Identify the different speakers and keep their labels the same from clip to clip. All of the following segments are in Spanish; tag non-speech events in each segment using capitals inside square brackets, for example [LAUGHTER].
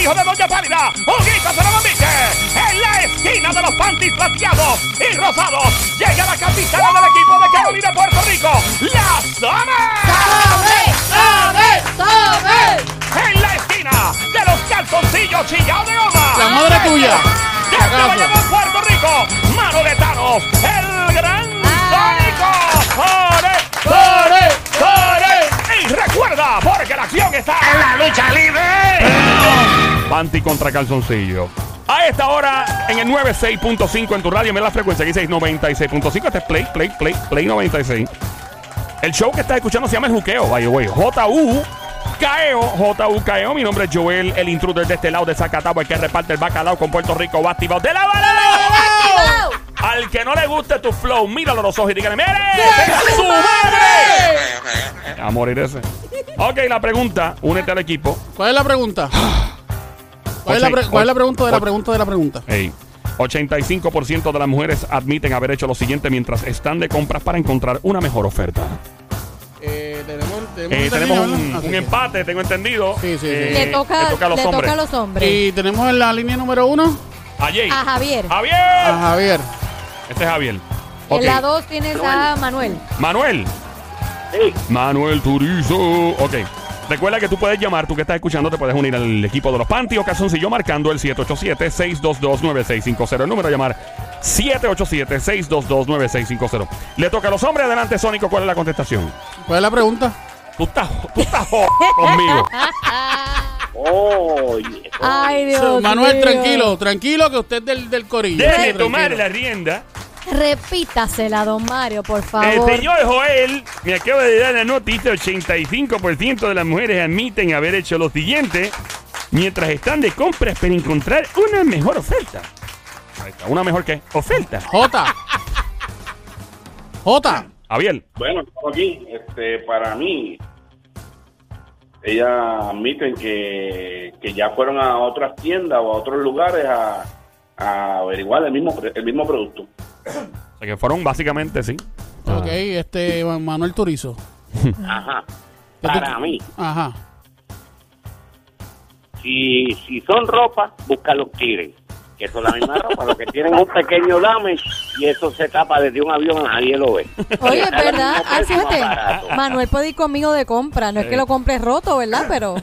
Speaker 1: hijo de Doña Pálida, Huguito se lo convite. En la esquina de los pantis plateados y rosados, llega la capitana del equipo de Carolina Puerto Rico, la Summer.
Speaker 2: ¡Sabe! ¡Sabe!
Speaker 1: En la esquina de los calzoncillos chillados de goma.
Speaker 3: La madre tuya. pues.
Speaker 1: Desde
Speaker 3: Acaso.
Speaker 1: Bayamón, Puerto Rico, mano de Thanos, el gran
Speaker 2: Ah.
Speaker 1: Sónico. ¡Ore, ore, ore! Y recuerda, porque la acción está en la lucha
Speaker 3: Eh.
Speaker 1: libre. Panty contra calzoncillo. A esta hora, en el 96.5 en tu radio, mira la frecuencia aquí 96.5. Este es Play, Play, Play, Play 96. El show que estás escuchando se llama El Juqueo, by the way. J.U. Caeo, J.U.K.E.O. E Mi nombre es Joel, el intruder de este lado de Zacatagua, el que reparte el bacalao con Puerto Rico, va activado de la balada.
Speaker 2: ¡Activado!
Speaker 1: Al que no le guste tu flow, míralo a los ojos y dígale, ¡Mire! ¡Tenga su madre! A morir ese. Ok, la pregunta, únete al equipo.
Speaker 3: ¿Cuál es la pregunta? ¿Cuál es la, pre- cuál es la pregunta de la pregunta de la pregunta?
Speaker 1: Ey, 85% de las mujeres admiten haber hecho lo siguiente mientras están de compras para encontrar una mejor oferta.
Speaker 3: Eh, tenemos
Speaker 1: Eh,
Speaker 3: esta
Speaker 1: tenemos
Speaker 3: línea,
Speaker 1: un,
Speaker 3: ¿verdad? Ah, sí,
Speaker 1: un
Speaker 3: sí.
Speaker 1: empate, tengo entendido.
Speaker 3: Sí, sí, sí.
Speaker 1: Eh,
Speaker 2: Le toca,
Speaker 1: le toca a los hombres.
Speaker 2: hombres.
Speaker 3: Y tenemos en la línea número uno
Speaker 1: A Jay.
Speaker 2: A Javier.
Speaker 1: Javier.
Speaker 3: a Javier.
Speaker 1: Este es Javier. Ok.
Speaker 2: En la 2 tienes a Manuel.
Speaker 1: Manuel. Manuel Turizo. Ok. Recuerda que tú puedes llamar, tú que estás escuchando, te puedes unir al equipo de los Panty o Calzoncillo marcando el 787-622-9650. El número a llamar 787-622-9650. Le toca a los hombres. Adelante, Sónico, ¿cuál es la contestación?
Speaker 3: ¿Cuál es la pregunta?
Speaker 1: Tú estás, tú estás jod- conmigo.
Speaker 4: Oye,
Speaker 2: Ay, Dios
Speaker 3: Manuel,
Speaker 2: mío.
Speaker 3: tranquilo, tranquilo, que usted es del, del corillo.
Speaker 1: Debe
Speaker 3: Tranquilo.
Speaker 1: tomar la rienda.
Speaker 2: Repítasela, don Mario, por
Speaker 1: El
Speaker 2: favor.
Speaker 1: señor Joel me acaba de dar la noticia, 85% de las mujeres admiten haber hecho lo siguiente mientras están de compras para encontrar una mejor oferta. Ahí está, ¿Una mejor qué? Oferta.
Speaker 3: Jota. Jota.
Speaker 1: Javier,
Speaker 4: bueno, estamos aquí. Este, para mí, ellas admiten que, que ya fueron a otras tiendas o a otros lugares a, a averiguar el mismo, pre- el mismo producto.
Speaker 1: o sea que fueron básicamente, sí.
Speaker 3: Ok, este Manuel Turizo.
Speaker 4: Ajá.
Speaker 3: ¿Qué tú-
Speaker 4: Para mí,
Speaker 3: Ajá.
Speaker 4: si, si son ropa, busca los tigres. Que son la misma ropa, los que tienen un pequeño damage y eso se tapa desde un avión, nadie lo ve.
Speaker 2: Oye, es
Speaker 4: Hagan [LAUGHS]
Speaker 2: ¿verdad?
Speaker 4: un
Speaker 2: Ay, fíjate,
Speaker 4: aparato.
Speaker 2: Manuel puede ir conmigo de compra. No es que lo compres roto, ¿verdad? Pero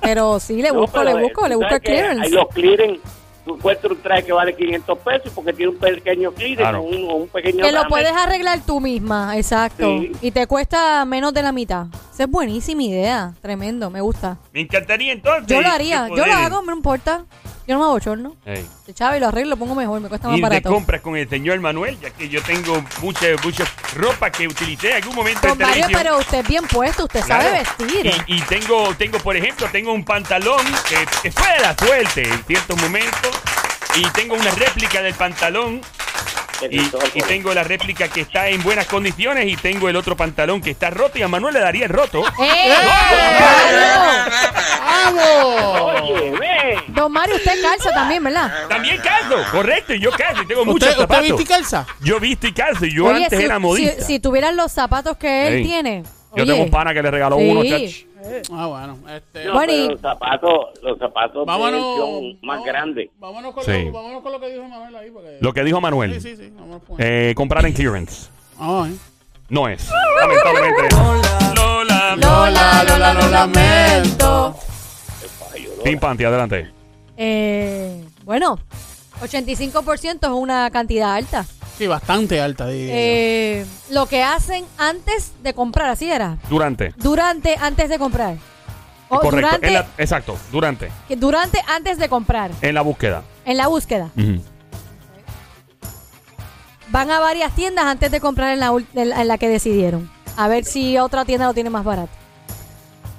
Speaker 2: pero sí, le
Speaker 4: No,
Speaker 2: busco,
Speaker 4: pero,
Speaker 2: le busco,
Speaker 4: eh,
Speaker 2: le
Speaker 4: tú
Speaker 2: busco
Speaker 4: sabes
Speaker 2: el
Speaker 4: que Hay
Speaker 2: clearance.
Speaker 4: los clearance. Tú encuentras un traje que vale 500 pesos porque tiene un pequeño clearance,
Speaker 1: Claro.
Speaker 4: un, un pequeño.
Speaker 2: Que lo
Speaker 4: damage.
Speaker 2: puedes arreglar tú misma, exacto.
Speaker 4: Sí.
Speaker 2: Y te cuesta menos de la mitad. Esa es buenísima idea, tremendo, me gusta.
Speaker 1: Me encantaría entonces.
Speaker 2: Yo lo haría,
Speaker 1: que
Speaker 2: yo lo
Speaker 1: pudieran.
Speaker 2: hago, me importa. Yo no me abochorno.
Speaker 1: Ey.
Speaker 2: De Chávez lo arreglo, lo pongo mejor, me cuesta más
Speaker 1: Ir de
Speaker 2: barato.
Speaker 1: compras con el señor Manuel, ya que yo tengo mucha, mucha ropa que utilicé en algún momento
Speaker 2: Don
Speaker 1: en
Speaker 2: Mario,
Speaker 1: televisión.
Speaker 2: pero usted es bien puesto, usted sabe
Speaker 1: Este Claro.
Speaker 2: vestir.
Speaker 1: Y, y tengo, tengo, por ejemplo, tengo un pantalón que, que fue de la suerte en ciertos momentos. Y tengo una réplica del pantalón. Y, y tengo la réplica que está en buenas condiciones. Y tengo el otro pantalón que está roto. Y a Manuel le daría el roto.
Speaker 2: ¡Eh!
Speaker 3: ¡Vamos!
Speaker 4: Oye, ve.
Speaker 2: Don Mario, usted calza también, ¿verdad?
Speaker 1: También calzo. Correcto. Y yo calzo. Y tengo muchos
Speaker 3: ¿Usted, ¿Usted
Speaker 1: zapatos.
Speaker 3: viste calza?
Speaker 1: yo visto y calzo. y Yo
Speaker 2: Oye,
Speaker 1: antes
Speaker 2: si-
Speaker 1: era
Speaker 2: si-
Speaker 1: modista.
Speaker 2: Si, tuvieran los zapatos que él
Speaker 1: Ey.
Speaker 2: tiene.
Speaker 1: yo
Speaker 2: oye.
Speaker 1: tengo un pana que le regaló
Speaker 2: Sí.
Speaker 1: uno, chach.
Speaker 3: Ah, bueno. Este,
Speaker 4: No,
Speaker 2: Bueno,
Speaker 4: pero
Speaker 2: y-
Speaker 4: los zapatos, los zapatos de él
Speaker 3: vámonos.
Speaker 4: son más
Speaker 3: vámonos-
Speaker 4: grandes.
Speaker 3: Vámonos con,
Speaker 1: Sí.
Speaker 3: lo, vámonos con lo que dijo Manuel ahí. Porque,
Speaker 1: Lo que dijo Manuel.
Speaker 3: Sí, sí, sí. Vámonos con
Speaker 1: eh, comprar en clearance.
Speaker 3: Ah, eh.
Speaker 1: No
Speaker 2: [LAUGHS]
Speaker 1: es. Lamentablemente. Lola.
Speaker 3: Lola, Lola, lo lamento.
Speaker 1: Team Panty, adelante.
Speaker 2: Eh, bueno, 85% es una cantidad alta.
Speaker 3: Sí, bastante alta. digo.
Speaker 2: Eh, lo que hacen antes de comprar, así era.
Speaker 1: Durante.
Speaker 2: Durante, antes de comprar. O
Speaker 1: Correcto.
Speaker 2: Oh, Durante,
Speaker 1: En la- exacto. Durante.
Speaker 2: que durante, antes de comprar.
Speaker 1: En la búsqueda.
Speaker 2: En la búsqueda. Van a varias tiendas antes de comprar en la, ul- en la- en la que decidieron. A ver si otra tienda lo tiene más barato.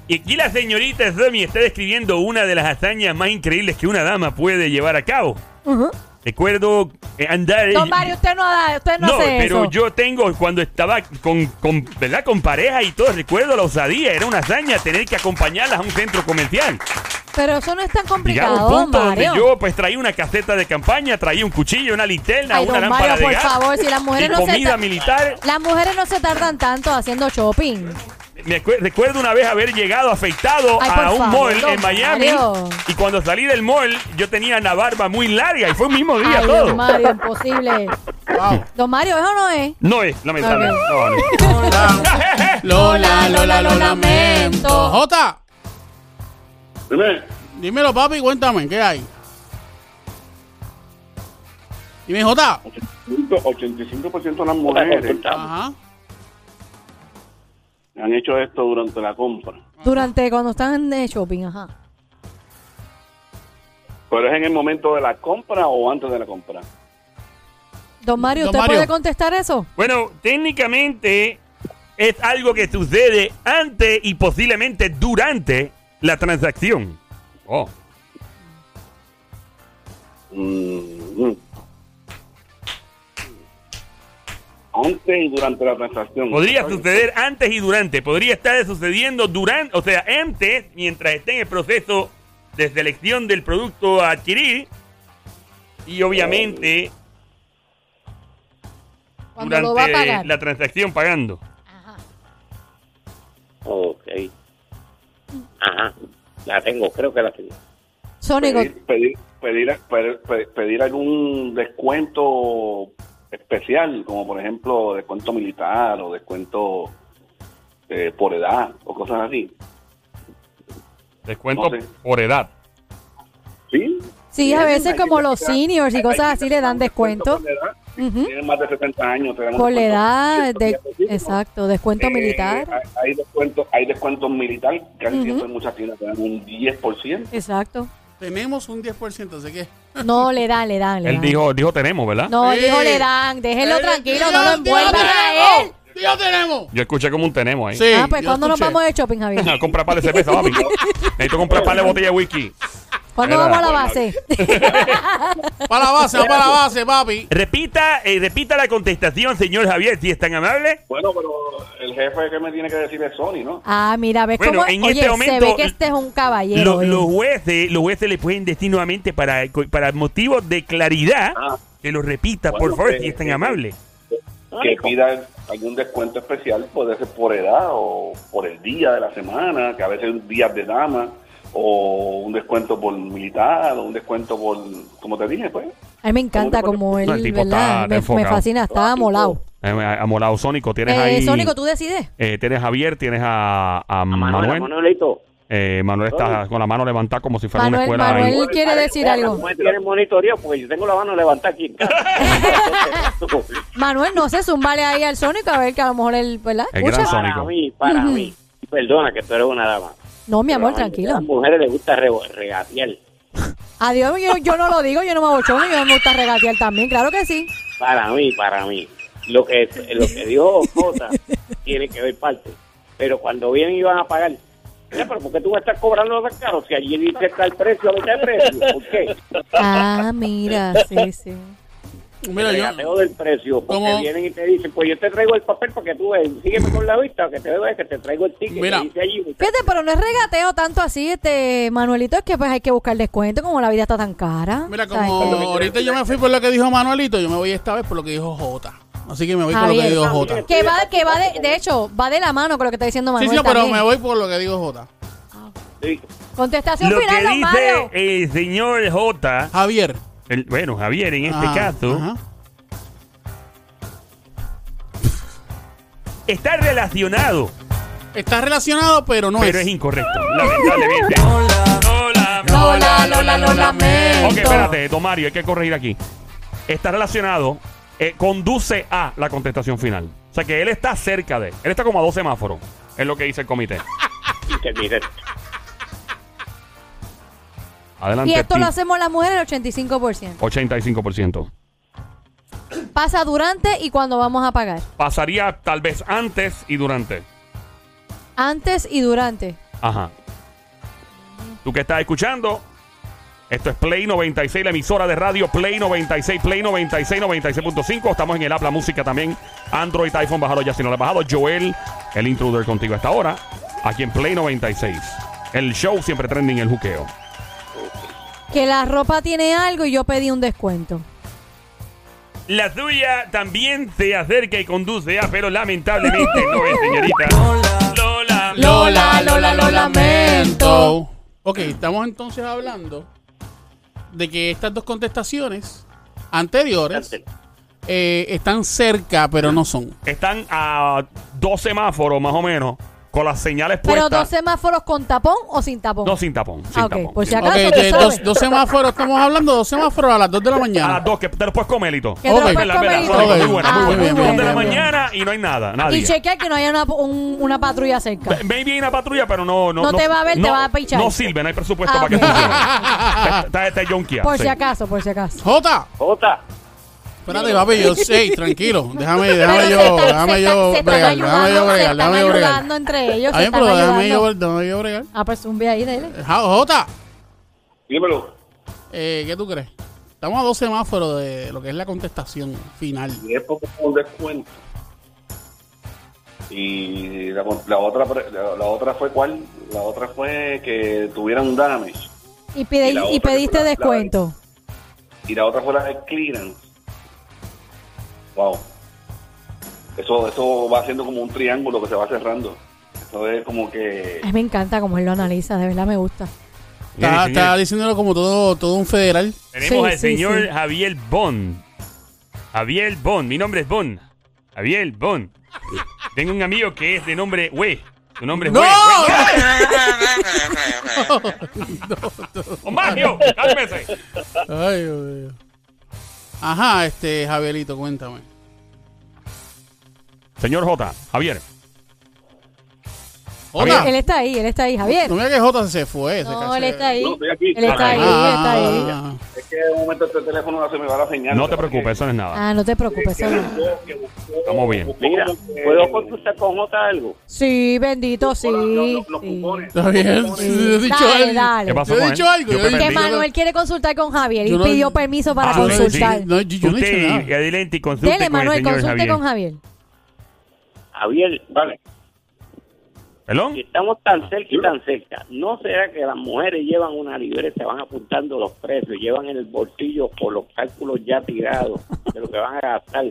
Speaker 1: Y aquí la señorita Domi está describiendo una de las hazañas más increíbles que una dama puede llevar a cabo.
Speaker 2: Ujú.
Speaker 1: Recuerdo eh, andar.
Speaker 2: Don Mario, usted no da, usted no,
Speaker 1: No,
Speaker 2: hace
Speaker 1: pero
Speaker 2: eso.
Speaker 1: yo tengo, cuando estaba con, con, ¿verdad? con pareja y todo, recuerdo la osadía, era una hazaña tener que acompañarlas a un centro comercial.
Speaker 2: Pero eso no es tan
Speaker 1: Llegaba
Speaker 2: complicado,
Speaker 1: un punto
Speaker 2: don
Speaker 1: donde
Speaker 2: Mario.
Speaker 1: yo pues traía una caseta de campaña, traía un cuchillo, una linterna,
Speaker 2: Ay,
Speaker 1: una
Speaker 2: don
Speaker 1: lámpara
Speaker 2: Mario,
Speaker 1: de
Speaker 2: por
Speaker 1: gas
Speaker 2: favor, si las
Speaker 1: y
Speaker 2: mujeres no se
Speaker 1: comida
Speaker 2: ta-
Speaker 1: militar.
Speaker 2: las mujeres no se tardan tanto haciendo shopping.
Speaker 1: me acue- recuerdo una vez haber llegado afeitado
Speaker 2: Ay,
Speaker 1: a
Speaker 2: por
Speaker 1: un
Speaker 2: favor,
Speaker 1: mall
Speaker 2: don
Speaker 1: en Miami.
Speaker 2: Mario.
Speaker 1: Y cuando salí del mall, yo tenía la barba muy larga y fue el mismo día
Speaker 2: Ay,
Speaker 1: todo.
Speaker 2: don Mario, imposible.
Speaker 3: Wow.
Speaker 2: Don Mario, ¿eso no es?
Speaker 1: No es, lamentable.
Speaker 2: Ok.
Speaker 1: No, no.
Speaker 2: Lola, Lola, lo lamento.
Speaker 3: Jota,
Speaker 4: Dime,
Speaker 3: dímelo, papi, cuéntame, ¿qué hay? Dime, Jota.
Speaker 4: 85% de las mujeres
Speaker 3: Ajá.
Speaker 4: han hecho esto durante la compra.
Speaker 2: Durante cuando están de shopping, ajá.
Speaker 4: ¿Pero es en el momento de la compra o antes de la compra?
Speaker 2: Don Mario,
Speaker 3: Don
Speaker 2: ¿usted
Speaker 3: Mario.
Speaker 2: puede contestar eso?
Speaker 1: [LAUGHS] Bueno, técnicamente es algo que sucede antes y posiblemente durante la transacción. Oh.
Speaker 4: Mm, mm. Antes y durante la transacción.
Speaker 1: Podría suceder antes y durante. Podría estar sucediendo durante, o sea, antes, mientras esté en el proceso de selección del producto a adquirir. Y obviamente
Speaker 2: Cuando
Speaker 1: durante
Speaker 2: lo va a pagar.
Speaker 1: la transacción pagando.
Speaker 2: Ajá.
Speaker 5: Ok. Ajá. La tengo, creo que la tengo.
Speaker 2: Sónico,
Speaker 4: Pedir, pedir, pedir, pedir- pedir- pedir algún descuento especial, como por ejemplo descuento militar o descuento eh, por edad o cosas así.
Speaker 1: Descuento
Speaker 4: No sé.
Speaker 1: por edad.
Speaker 4: Sí.
Speaker 2: sí, a veces como los seniors y cosas así le dan descuento.
Speaker 4: por edad. Si
Speaker 2: Ujú.
Speaker 4: Tienen más de 70 años. te dan un
Speaker 2: Por la
Speaker 4: descuento.
Speaker 2: edad, de-
Speaker 4: Sí, ¿no?
Speaker 2: exacto, descuento
Speaker 4: Eh,
Speaker 2: militar.
Speaker 4: hay- Hay descuentos, hay descuentos militar, que hay
Speaker 2: Ujú.
Speaker 4: siempre en muchas tiendas, te dan un 10%.
Speaker 2: Exacto.
Speaker 3: Tenemos un 10%, así que.
Speaker 2: No, le dan, le dan, le
Speaker 1: Él
Speaker 2: dan.
Speaker 1: dijo, dijo tenemos, ¿verdad?
Speaker 2: No,
Speaker 3: Sí.
Speaker 2: dijo le dan, déjelo
Speaker 3: Eh,
Speaker 2: tranquilo,
Speaker 3: tío,
Speaker 2: no lo
Speaker 3: tío,
Speaker 2: envuelvan a
Speaker 3: tenemos.
Speaker 2: él.
Speaker 3: ¡Tío, tenemos!
Speaker 1: Yo escuché como un tenemos ahí. [LAUGHS]
Speaker 3: Sí,
Speaker 2: Ah, pues
Speaker 3: yo
Speaker 2: ¿cuándo nos
Speaker 3: escuché.
Speaker 2: vamos de shopping, Javier?
Speaker 1: Ah, compra par de cerveza,
Speaker 2: [LAUGHS]
Speaker 1: papi. Necesito comprar par de botella de whisky.
Speaker 2: ¿Cuándo
Speaker 1: Mira,
Speaker 2: vamos a la
Speaker 1: bueno,
Speaker 2: base? [LAUGHS]
Speaker 3: Para la base, va para la base, papi.
Speaker 1: Repita, eh, repita la contestación, señor Javier, si es tan amable.
Speaker 4: Bueno, pero el jefe que me tiene que decir es Sony, ¿no?
Speaker 2: Ah, mira, ves
Speaker 1: Bueno,
Speaker 2: cómo
Speaker 1: en
Speaker 2: oye,
Speaker 1: este
Speaker 2: se
Speaker 1: momento,
Speaker 2: ve que este es un caballero. eh.
Speaker 1: Lo-
Speaker 2: oye.
Speaker 1: los jueces, los jueces le pueden decir nuevamente para, para motivos de claridad
Speaker 4: Ah.
Speaker 1: que lo repita,
Speaker 4: Bueno,
Speaker 1: por favor,
Speaker 4: que-
Speaker 1: si es tan amable.
Speaker 4: que pida algún descuento especial, puede ser por edad o por el día de la semana, que a veces hay días de dama, o un descuento por militar, o un descuento por, como te dije, pues.
Speaker 2: A mí me encanta
Speaker 4: ¿Cómo te
Speaker 2: como él,
Speaker 1: No, el tipo está-
Speaker 2: ¿verdad?
Speaker 1: está
Speaker 2: Me- me,
Speaker 1: enfocado.
Speaker 2: fascina, está amolado.
Speaker 1: Eh, a- Amolado Sónico, tienes
Speaker 2: Eh,
Speaker 1: ahí.
Speaker 2: Sónico, tú decides.
Speaker 1: eh, tienes a Javier, tienes a, a
Speaker 5: A Manuela,
Speaker 1: Manuel.
Speaker 5: Manuelito.
Speaker 1: Eh, Manuel está con la mano levantada como si fuera
Speaker 2: Manuel,
Speaker 1: una escuela. ahí.
Speaker 2: Manuel quiere decir algo.
Speaker 5: ¿Cómo tiene monitoreo? Porque yo tengo la mano levantada aquí en
Speaker 2: [LAUGHS]
Speaker 5: casa.
Speaker 2: Manuel, no sé, zumbale ahí al Sónico a ver que a lo mejor él, ¿verdad?
Speaker 1: El gran
Speaker 2: Escucha.
Speaker 1: Sónico.
Speaker 5: para mí, para mí. Y Perdona que tú eres una dama.
Speaker 2: No, mi amor,
Speaker 5: Pero a mí, A
Speaker 2: tranquilo.
Speaker 5: las mujeres les gusta re- regatear.
Speaker 2: Adiós, yo, yo no lo digo, yo no me abochono y yo me gusta regatear también, claro que sí.
Speaker 5: Para mí, para mí. Lo que, lo que dijo [LAUGHS] Jota tiene que ver parte. Pero cuando vienen y van a pagar, "Mira, pero ¿por qué tú vas a estar cobrando tan caro? Si allí dice está el precio, ahorita el precio. ¿Por qué?
Speaker 2: Ah, mira, sí, sí.
Speaker 3: Mira,
Speaker 5: el
Speaker 3: yo.
Speaker 5: regateo del precio, porque
Speaker 3: ¿Cómo?
Speaker 5: vienen y te dicen, pues yo te traigo el papel para que tú veas, sígueme con la vista, que te veas que te traigo el ticket,
Speaker 3: Mira.
Speaker 5: que dice allí, muchacho.
Speaker 2: Fíjate, pero no es regateo tanto así, este Manuelito, es que pues hay que buscar descuento, como la vida está tan cara. este,
Speaker 3: Mira,
Speaker 2: ¿sabes?
Speaker 3: como ahorita yo me fui por lo que dijo Manuelito, yo me voy esta vez por lo que dijo Jota. Así que me voy por lo que
Speaker 2: Javier,
Speaker 3: dijo Jota.
Speaker 2: Que va, que va de, de hecho, va de la mano con lo que está diciendo
Speaker 3: Sí,
Speaker 2: Manuel
Speaker 3: sí, pero
Speaker 2: también.
Speaker 3: me voy por lo que dijo Jota.
Speaker 5: Sí.
Speaker 2: Contestación
Speaker 1: Lo
Speaker 2: final,
Speaker 1: que
Speaker 2: don Mario.
Speaker 1: dice el señor J,
Speaker 3: Javier.
Speaker 1: el- bueno, Javier en este
Speaker 3: Ah,
Speaker 1: caso,
Speaker 3: ajá.
Speaker 1: está relacionado,
Speaker 3: Está relacionado, pero no
Speaker 1: pero
Speaker 3: es.
Speaker 1: es incorrecto, lamentablemente. Hola.
Speaker 2: Lola, Lola, lo lamento.
Speaker 1: Ok, espérate, don Mario, hay que corregir aquí. Está relacionado, eh, conduce a la contestación final. O sea que él está cerca de. Él está como a dos semáforos. Es lo que dice el comité.
Speaker 5: Que dice,
Speaker 1: Adelante.
Speaker 2: Y esto
Speaker 1: Pi.
Speaker 2: lo hacemos las mujeres el 85%.
Speaker 1: 85%.
Speaker 2: Pasa durante y cuando vamos a pagar.
Speaker 1: Pasaría tal vez antes y durante.
Speaker 2: Antes y durante.
Speaker 1: Ajá. Tú que estás escuchando, esto es Play 96, la emisora de radio Play 96, Play 96, 96.5. Estamos en el app, la música también. Android, iPhone, bájalo ya si no lo has bajado. Joel, el intruder contigo hasta ahora. Aquí en Play 96. El show siempre trending, el juqueo.
Speaker 2: Que la ropa tiene algo y yo pedí un descuento.
Speaker 1: La suya también se acerca y conduce, ah, pero lamentablemente no es, señorita. Lola, Lola,
Speaker 2: Lola, Lola, lo lamento.
Speaker 3: Ok, estamos entonces hablando de que estas dos contestaciones anteriores
Speaker 5: Antes.
Speaker 4: Este
Speaker 3: eh, están cerca, pero no son.
Speaker 1: Están a dos semáforos más o menos con las señales
Speaker 2: Pero
Speaker 1: puestas.
Speaker 2: dos semáforos con tapón o sin tapón.
Speaker 1: No, sin tapón. Sin
Speaker 2: Ah, ok,
Speaker 1: tapón.
Speaker 2: por si
Speaker 1: Sin-
Speaker 2: acaso.
Speaker 3: Ok,
Speaker 2: tú
Speaker 3: de
Speaker 2: sabes.
Speaker 3: dos, dos semáforos, estamos hablando de dos semáforos a las 2 de la
Speaker 1: A las
Speaker 3: mañana.
Speaker 1: dos, que te los puedes comer y todo.
Speaker 2: Que te los
Speaker 3: Ok.
Speaker 2: puedes
Speaker 1: Verdad,
Speaker 2: comer
Speaker 1: verdad,
Speaker 2: y
Speaker 1: son
Speaker 2: todo.
Speaker 1: muy buenas, muy
Speaker 2: Ah,
Speaker 1: buenas.
Speaker 3: muy
Speaker 1: Son de la
Speaker 3: bien, bien.
Speaker 1: mañana y no hay nada,
Speaker 2: Y
Speaker 1: nadie.
Speaker 2: chequear que no haya una, un- una patrulla cerca.
Speaker 1: Be- Maybe hay una patrulla, pero no. No,
Speaker 2: No te va a ver, te va a pichar.
Speaker 1: No sirve, no hay presupuesto
Speaker 2: Ah,
Speaker 1: para que
Speaker 2: bueno.
Speaker 1: funcione. Está este Jonkia.
Speaker 2: Por si acaso, por si acaso.
Speaker 3: [LAUGHS] Jota,
Speaker 5: Jota,
Speaker 3: espérate, papi, yo sí, tranquilo. Déjame,
Speaker 2: Pero
Speaker 3: déjame
Speaker 2: se
Speaker 3: yo,
Speaker 2: están- se
Speaker 3: déjame
Speaker 2: están-
Speaker 3: yo
Speaker 2: se están
Speaker 3: bregar,
Speaker 2: ayudando,
Speaker 3: déjame yo
Speaker 2: se
Speaker 3: bregar,
Speaker 2: están
Speaker 3: déjame yo bregar.
Speaker 2: ayudando entre ellos.
Speaker 3: Está
Speaker 2: se
Speaker 3: bien,
Speaker 2: están
Speaker 3: pero déjame yo,
Speaker 2: ayudando.
Speaker 3: déjame yo bregar. Eh,
Speaker 2: Ah, pues zumbi ahí, dale.
Speaker 3: Ja- Jota,
Speaker 5: dímelo.
Speaker 3: eh, ¿qué tú crees? Estamos a dos semáforos de lo que es la contestación final.
Speaker 4: Y es porque fue un descuento. Y la, la otra pre- la, la otra fue cuál? La otra fue que tuvieran damage.
Speaker 2: Y, pide-
Speaker 4: Y la
Speaker 2: y
Speaker 4: otra
Speaker 2: pediste
Speaker 4: que fue la-
Speaker 2: descuento.
Speaker 4: Y la otra fue la de clearance. Wow. Eso, eso va haciendo como un triángulo que se va cerrando. Eso es como que.
Speaker 2: Ay, me encanta cómo él lo analiza, de verdad me gusta.
Speaker 3: Está, está diciéndolo como todo, todo un federal.
Speaker 2: Sí,
Speaker 1: Tenemos al
Speaker 2: sí,
Speaker 1: señor
Speaker 2: sí.
Speaker 1: Javier Bon. Javier Bon, mi nombre es Bon. Javier Bon. Tengo un amigo que es de nombre Wey. Su nombre es
Speaker 3: ¡No!
Speaker 1: Wey. ¡No! Mario, cálmese.
Speaker 3: Ay, Dios mío. Ajá, este, Javierito, cuéntame.
Speaker 1: Señor J, Javier.
Speaker 3: Jota,
Speaker 2: Él está ahí, él está ahí, Javier.
Speaker 3: no mira que Jota se fue. se
Speaker 2: No,
Speaker 3: cansó.
Speaker 2: él está ahí.
Speaker 4: No, estoy aquí.
Speaker 2: Él está ahí, él está ahí.
Speaker 3: Ah,
Speaker 4: Es que de momento este teléfono no se me va la señal.
Speaker 1: No te preocupes, eso no es nada.
Speaker 2: Ah, no te preocupes. eso no.
Speaker 1: Estamos bien.
Speaker 5: Mira, ¿puedo consultar con Jota algo?
Speaker 2: Sí, bendito, sí.
Speaker 4: Los, los
Speaker 2: sí.
Speaker 4: cupones.
Speaker 3: Está bien, yo he dicho
Speaker 2: Dale,
Speaker 3: algo.
Speaker 2: dale.
Speaker 1: ¿Qué pasó
Speaker 3: Yo he
Speaker 1: con él?
Speaker 3: dicho algo, yo he
Speaker 1: te
Speaker 2: Que
Speaker 3: dicho-
Speaker 1: perdí.
Speaker 2: Manuel quiere consultar con Javier y
Speaker 3: Yo no-
Speaker 2: pidió permiso para
Speaker 1: Ah, sí,
Speaker 2: consultar.
Speaker 1: sí.
Speaker 3: No, yo, yo no he
Speaker 1: Usted,
Speaker 3: dicho nada.
Speaker 1: y adelante y consulte
Speaker 2: Dele,
Speaker 1: con el
Speaker 2: Manuel,
Speaker 1: señor
Speaker 2: consulte
Speaker 1: Javier.
Speaker 2: con Javier.
Speaker 5: Javier,
Speaker 4: Vale.
Speaker 1: ¿Perdón?
Speaker 5: si estamos tan cerca y tan cerca, ¿no será que las mujeres llevan una libreta, van apuntando los precios, llevan en el bolsillo por los cálculos ya tirados de lo que van a gastar?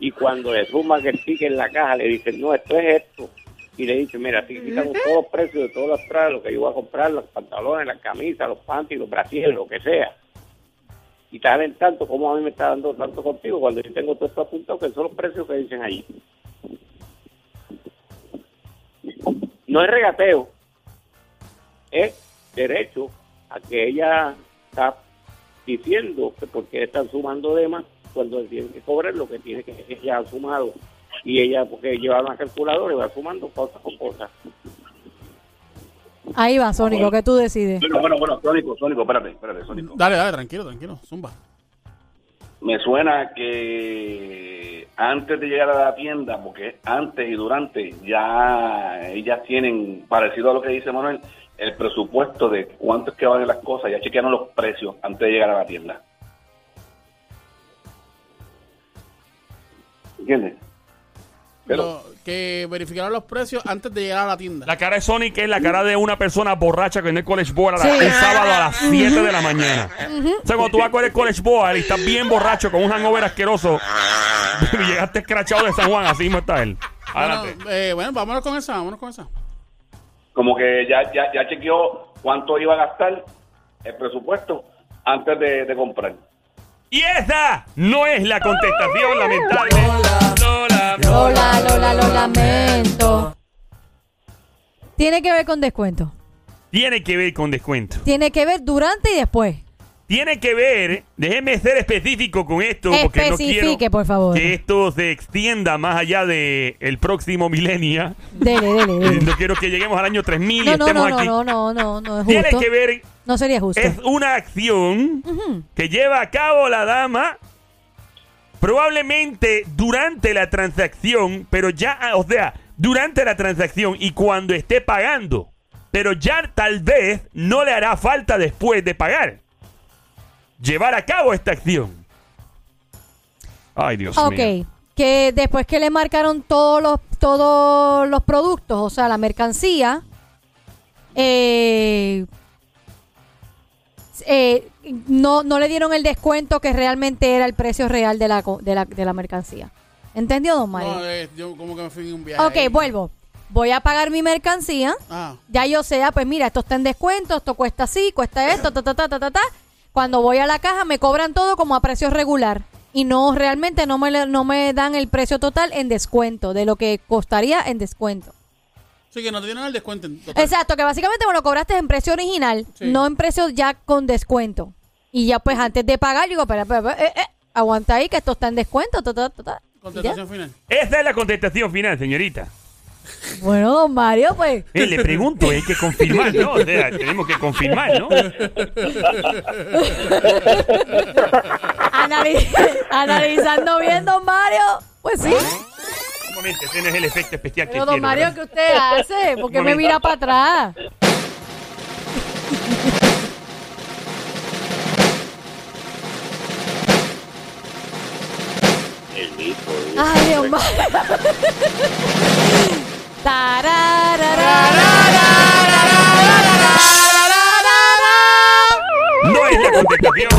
Speaker 5: Y cuando le suman el ticket en la caja, le dicen, no, esto es esto. Y le dicen, mira, si quitamos todos los precios de todas las trajes, lo que yo voy a comprar, los pantalones, las camisas, los panties, los brasieres, lo que sea. Y tal en tanto, como a mí me está dando tanto contigo, cuando yo tengo todo esto apuntado, que son los precios que dicen allí. no es regateo, es derecho a que ella está diciendo que porque están sumando de más cuando tienen que cobrar lo que tiene que ella ha sumado y ella porque lleva una calculadora y va sumando cosas con cosas.
Speaker 2: Ahí va, Sónico, que tú decides.
Speaker 4: Bueno, bueno, bueno, Sónico, Sónico, espérate, espérate, Sónico.
Speaker 3: Dale, dale, tranquilo, tranquilo. Zumba.
Speaker 4: Me suena que antes de llegar a la tienda, porque antes y durante, ya ellas tienen, parecido a lo que dice Manuel, el presupuesto de cuánto es que valen las cosas, ya chequearon los precios antes de llegar a la tienda. ¿Entiendes? Pero,
Speaker 3: Lo- que verificaron los precios antes de llegar a la tienda.
Speaker 1: La cara de Sonic es la cara de una persona borracha que viene al College Board a la-
Speaker 2: Sí.
Speaker 1: el sábado a las 7 de la mañana. O sea, cuando tú vas a coger el College Board y estás bien borracho con un hangover asqueroso [LAUGHS] y llegaste escrachado de San Juan, así mismo está él.
Speaker 3: Bueno,
Speaker 1: Adelante.
Speaker 3: eh, bueno, vámonos con esa, vámonos con esa.
Speaker 4: como que ya, ya, ya chequeó cuánto iba a gastar el presupuesto antes de, de comprar.
Speaker 1: Y esta no es la contestación, lamentable. Lola.
Speaker 2: Lola, Lola, lo lamento. Tiene que ver con descuento.
Speaker 1: Tiene que ver con descuento.
Speaker 2: Tiene que ver durante y después.
Speaker 1: Tiene que ver, déjeme ser específico con esto, porque no
Speaker 2: Especifique,
Speaker 1: quiero
Speaker 2: por favor.
Speaker 1: que esto se extienda más allá del el próximo milenio.
Speaker 2: Dele, dele,
Speaker 1: Eh,
Speaker 2: dele.
Speaker 1: No quiero que lleguemos al año 3000 [LAUGHS] y
Speaker 2: No, no,
Speaker 1: estemos
Speaker 2: no,
Speaker 1: aquí.
Speaker 2: no, no, no, no, no es
Speaker 1: Tiene
Speaker 2: justo.
Speaker 1: que ver,
Speaker 2: No sería justo.
Speaker 1: es una acción
Speaker 2: Ujú.
Speaker 1: que lleva a cabo la dama probablemente durante la transacción, pero ya, ah, o sea, durante la transacción y cuando esté pagando, pero ya tal vez no le hará falta después de pagar. Llevar a cabo esta acción. Ay, Dios mío.
Speaker 2: Ok, que después que le marcaron todos los, todos los productos, o sea, la mercancía, eh, eh, no, no le dieron el descuento que realmente era el precio real de la, co- de la, de la mercancía. ¿Entendió, don Mario?
Speaker 3: No, eh, yo como que me fui en un viaje.
Speaker 2: ok,
Speaker 3: ahí.
Speaker 2: vuelvo. voy a pagar mi mercancía.
Speaker 3: Ah.
Speaker 2: Ya yo sé, ah, pues mira, esto está en descuento, esto cuesta así, cuesta esto, ta, ta, ta, ta, ta, ta. Cuando voy a la caja me cobran todo como a precio regular y no realmente no me, le- no me dan el precio total en descuento, de lo que costaría en descuento.
Speaker 3: Así que no te dieron el descuento. en total.
Speaker 2: Exacto, que básicamente me lo cobraste en precio original,
Speaker 3: Sí.
Speaker 2: no en precio ya con descuento. Y ya pues antes de pagar, digo, espera, espera, espera, eh, eh, aguanta ahí que esto está en descuento. ta, ta, ta, ta. Y ya.
Speaker 3: Contratación final.
Speaker 1: Esta es la contestación final, señorita.
Speaker 2: Bueno, don Mario, pues... [LAUGHS]
Speaker 1: Eh, le pregunto, hay que confirmar, ¿no? O sea, tenemos que confirmar, ¿no?
Speaker 2: Anali- [LAUGHS] analizando bien, don Mario. Pues sí.
Speaker 1: Momento, ese no es el efecto especial
Speaker 2: Pero
Speaker 1: que
Speaker 2: don
Speaker 1: quiero,
Speaker 2: Mario,
Speaker 1: ¿verdad?
Speaker 2: ¿qué usted hace? ¿Por qué me
Speaker 1: Momento.
Speaker 2: mira para atrás?
Speaker 5: El mismo.
Speaker 2: Ay, Dios mío. Tarararararararararararararararararararararararararararararararararararararararararararararararararararararararararararararara.
Speaker 1: No es la contestación.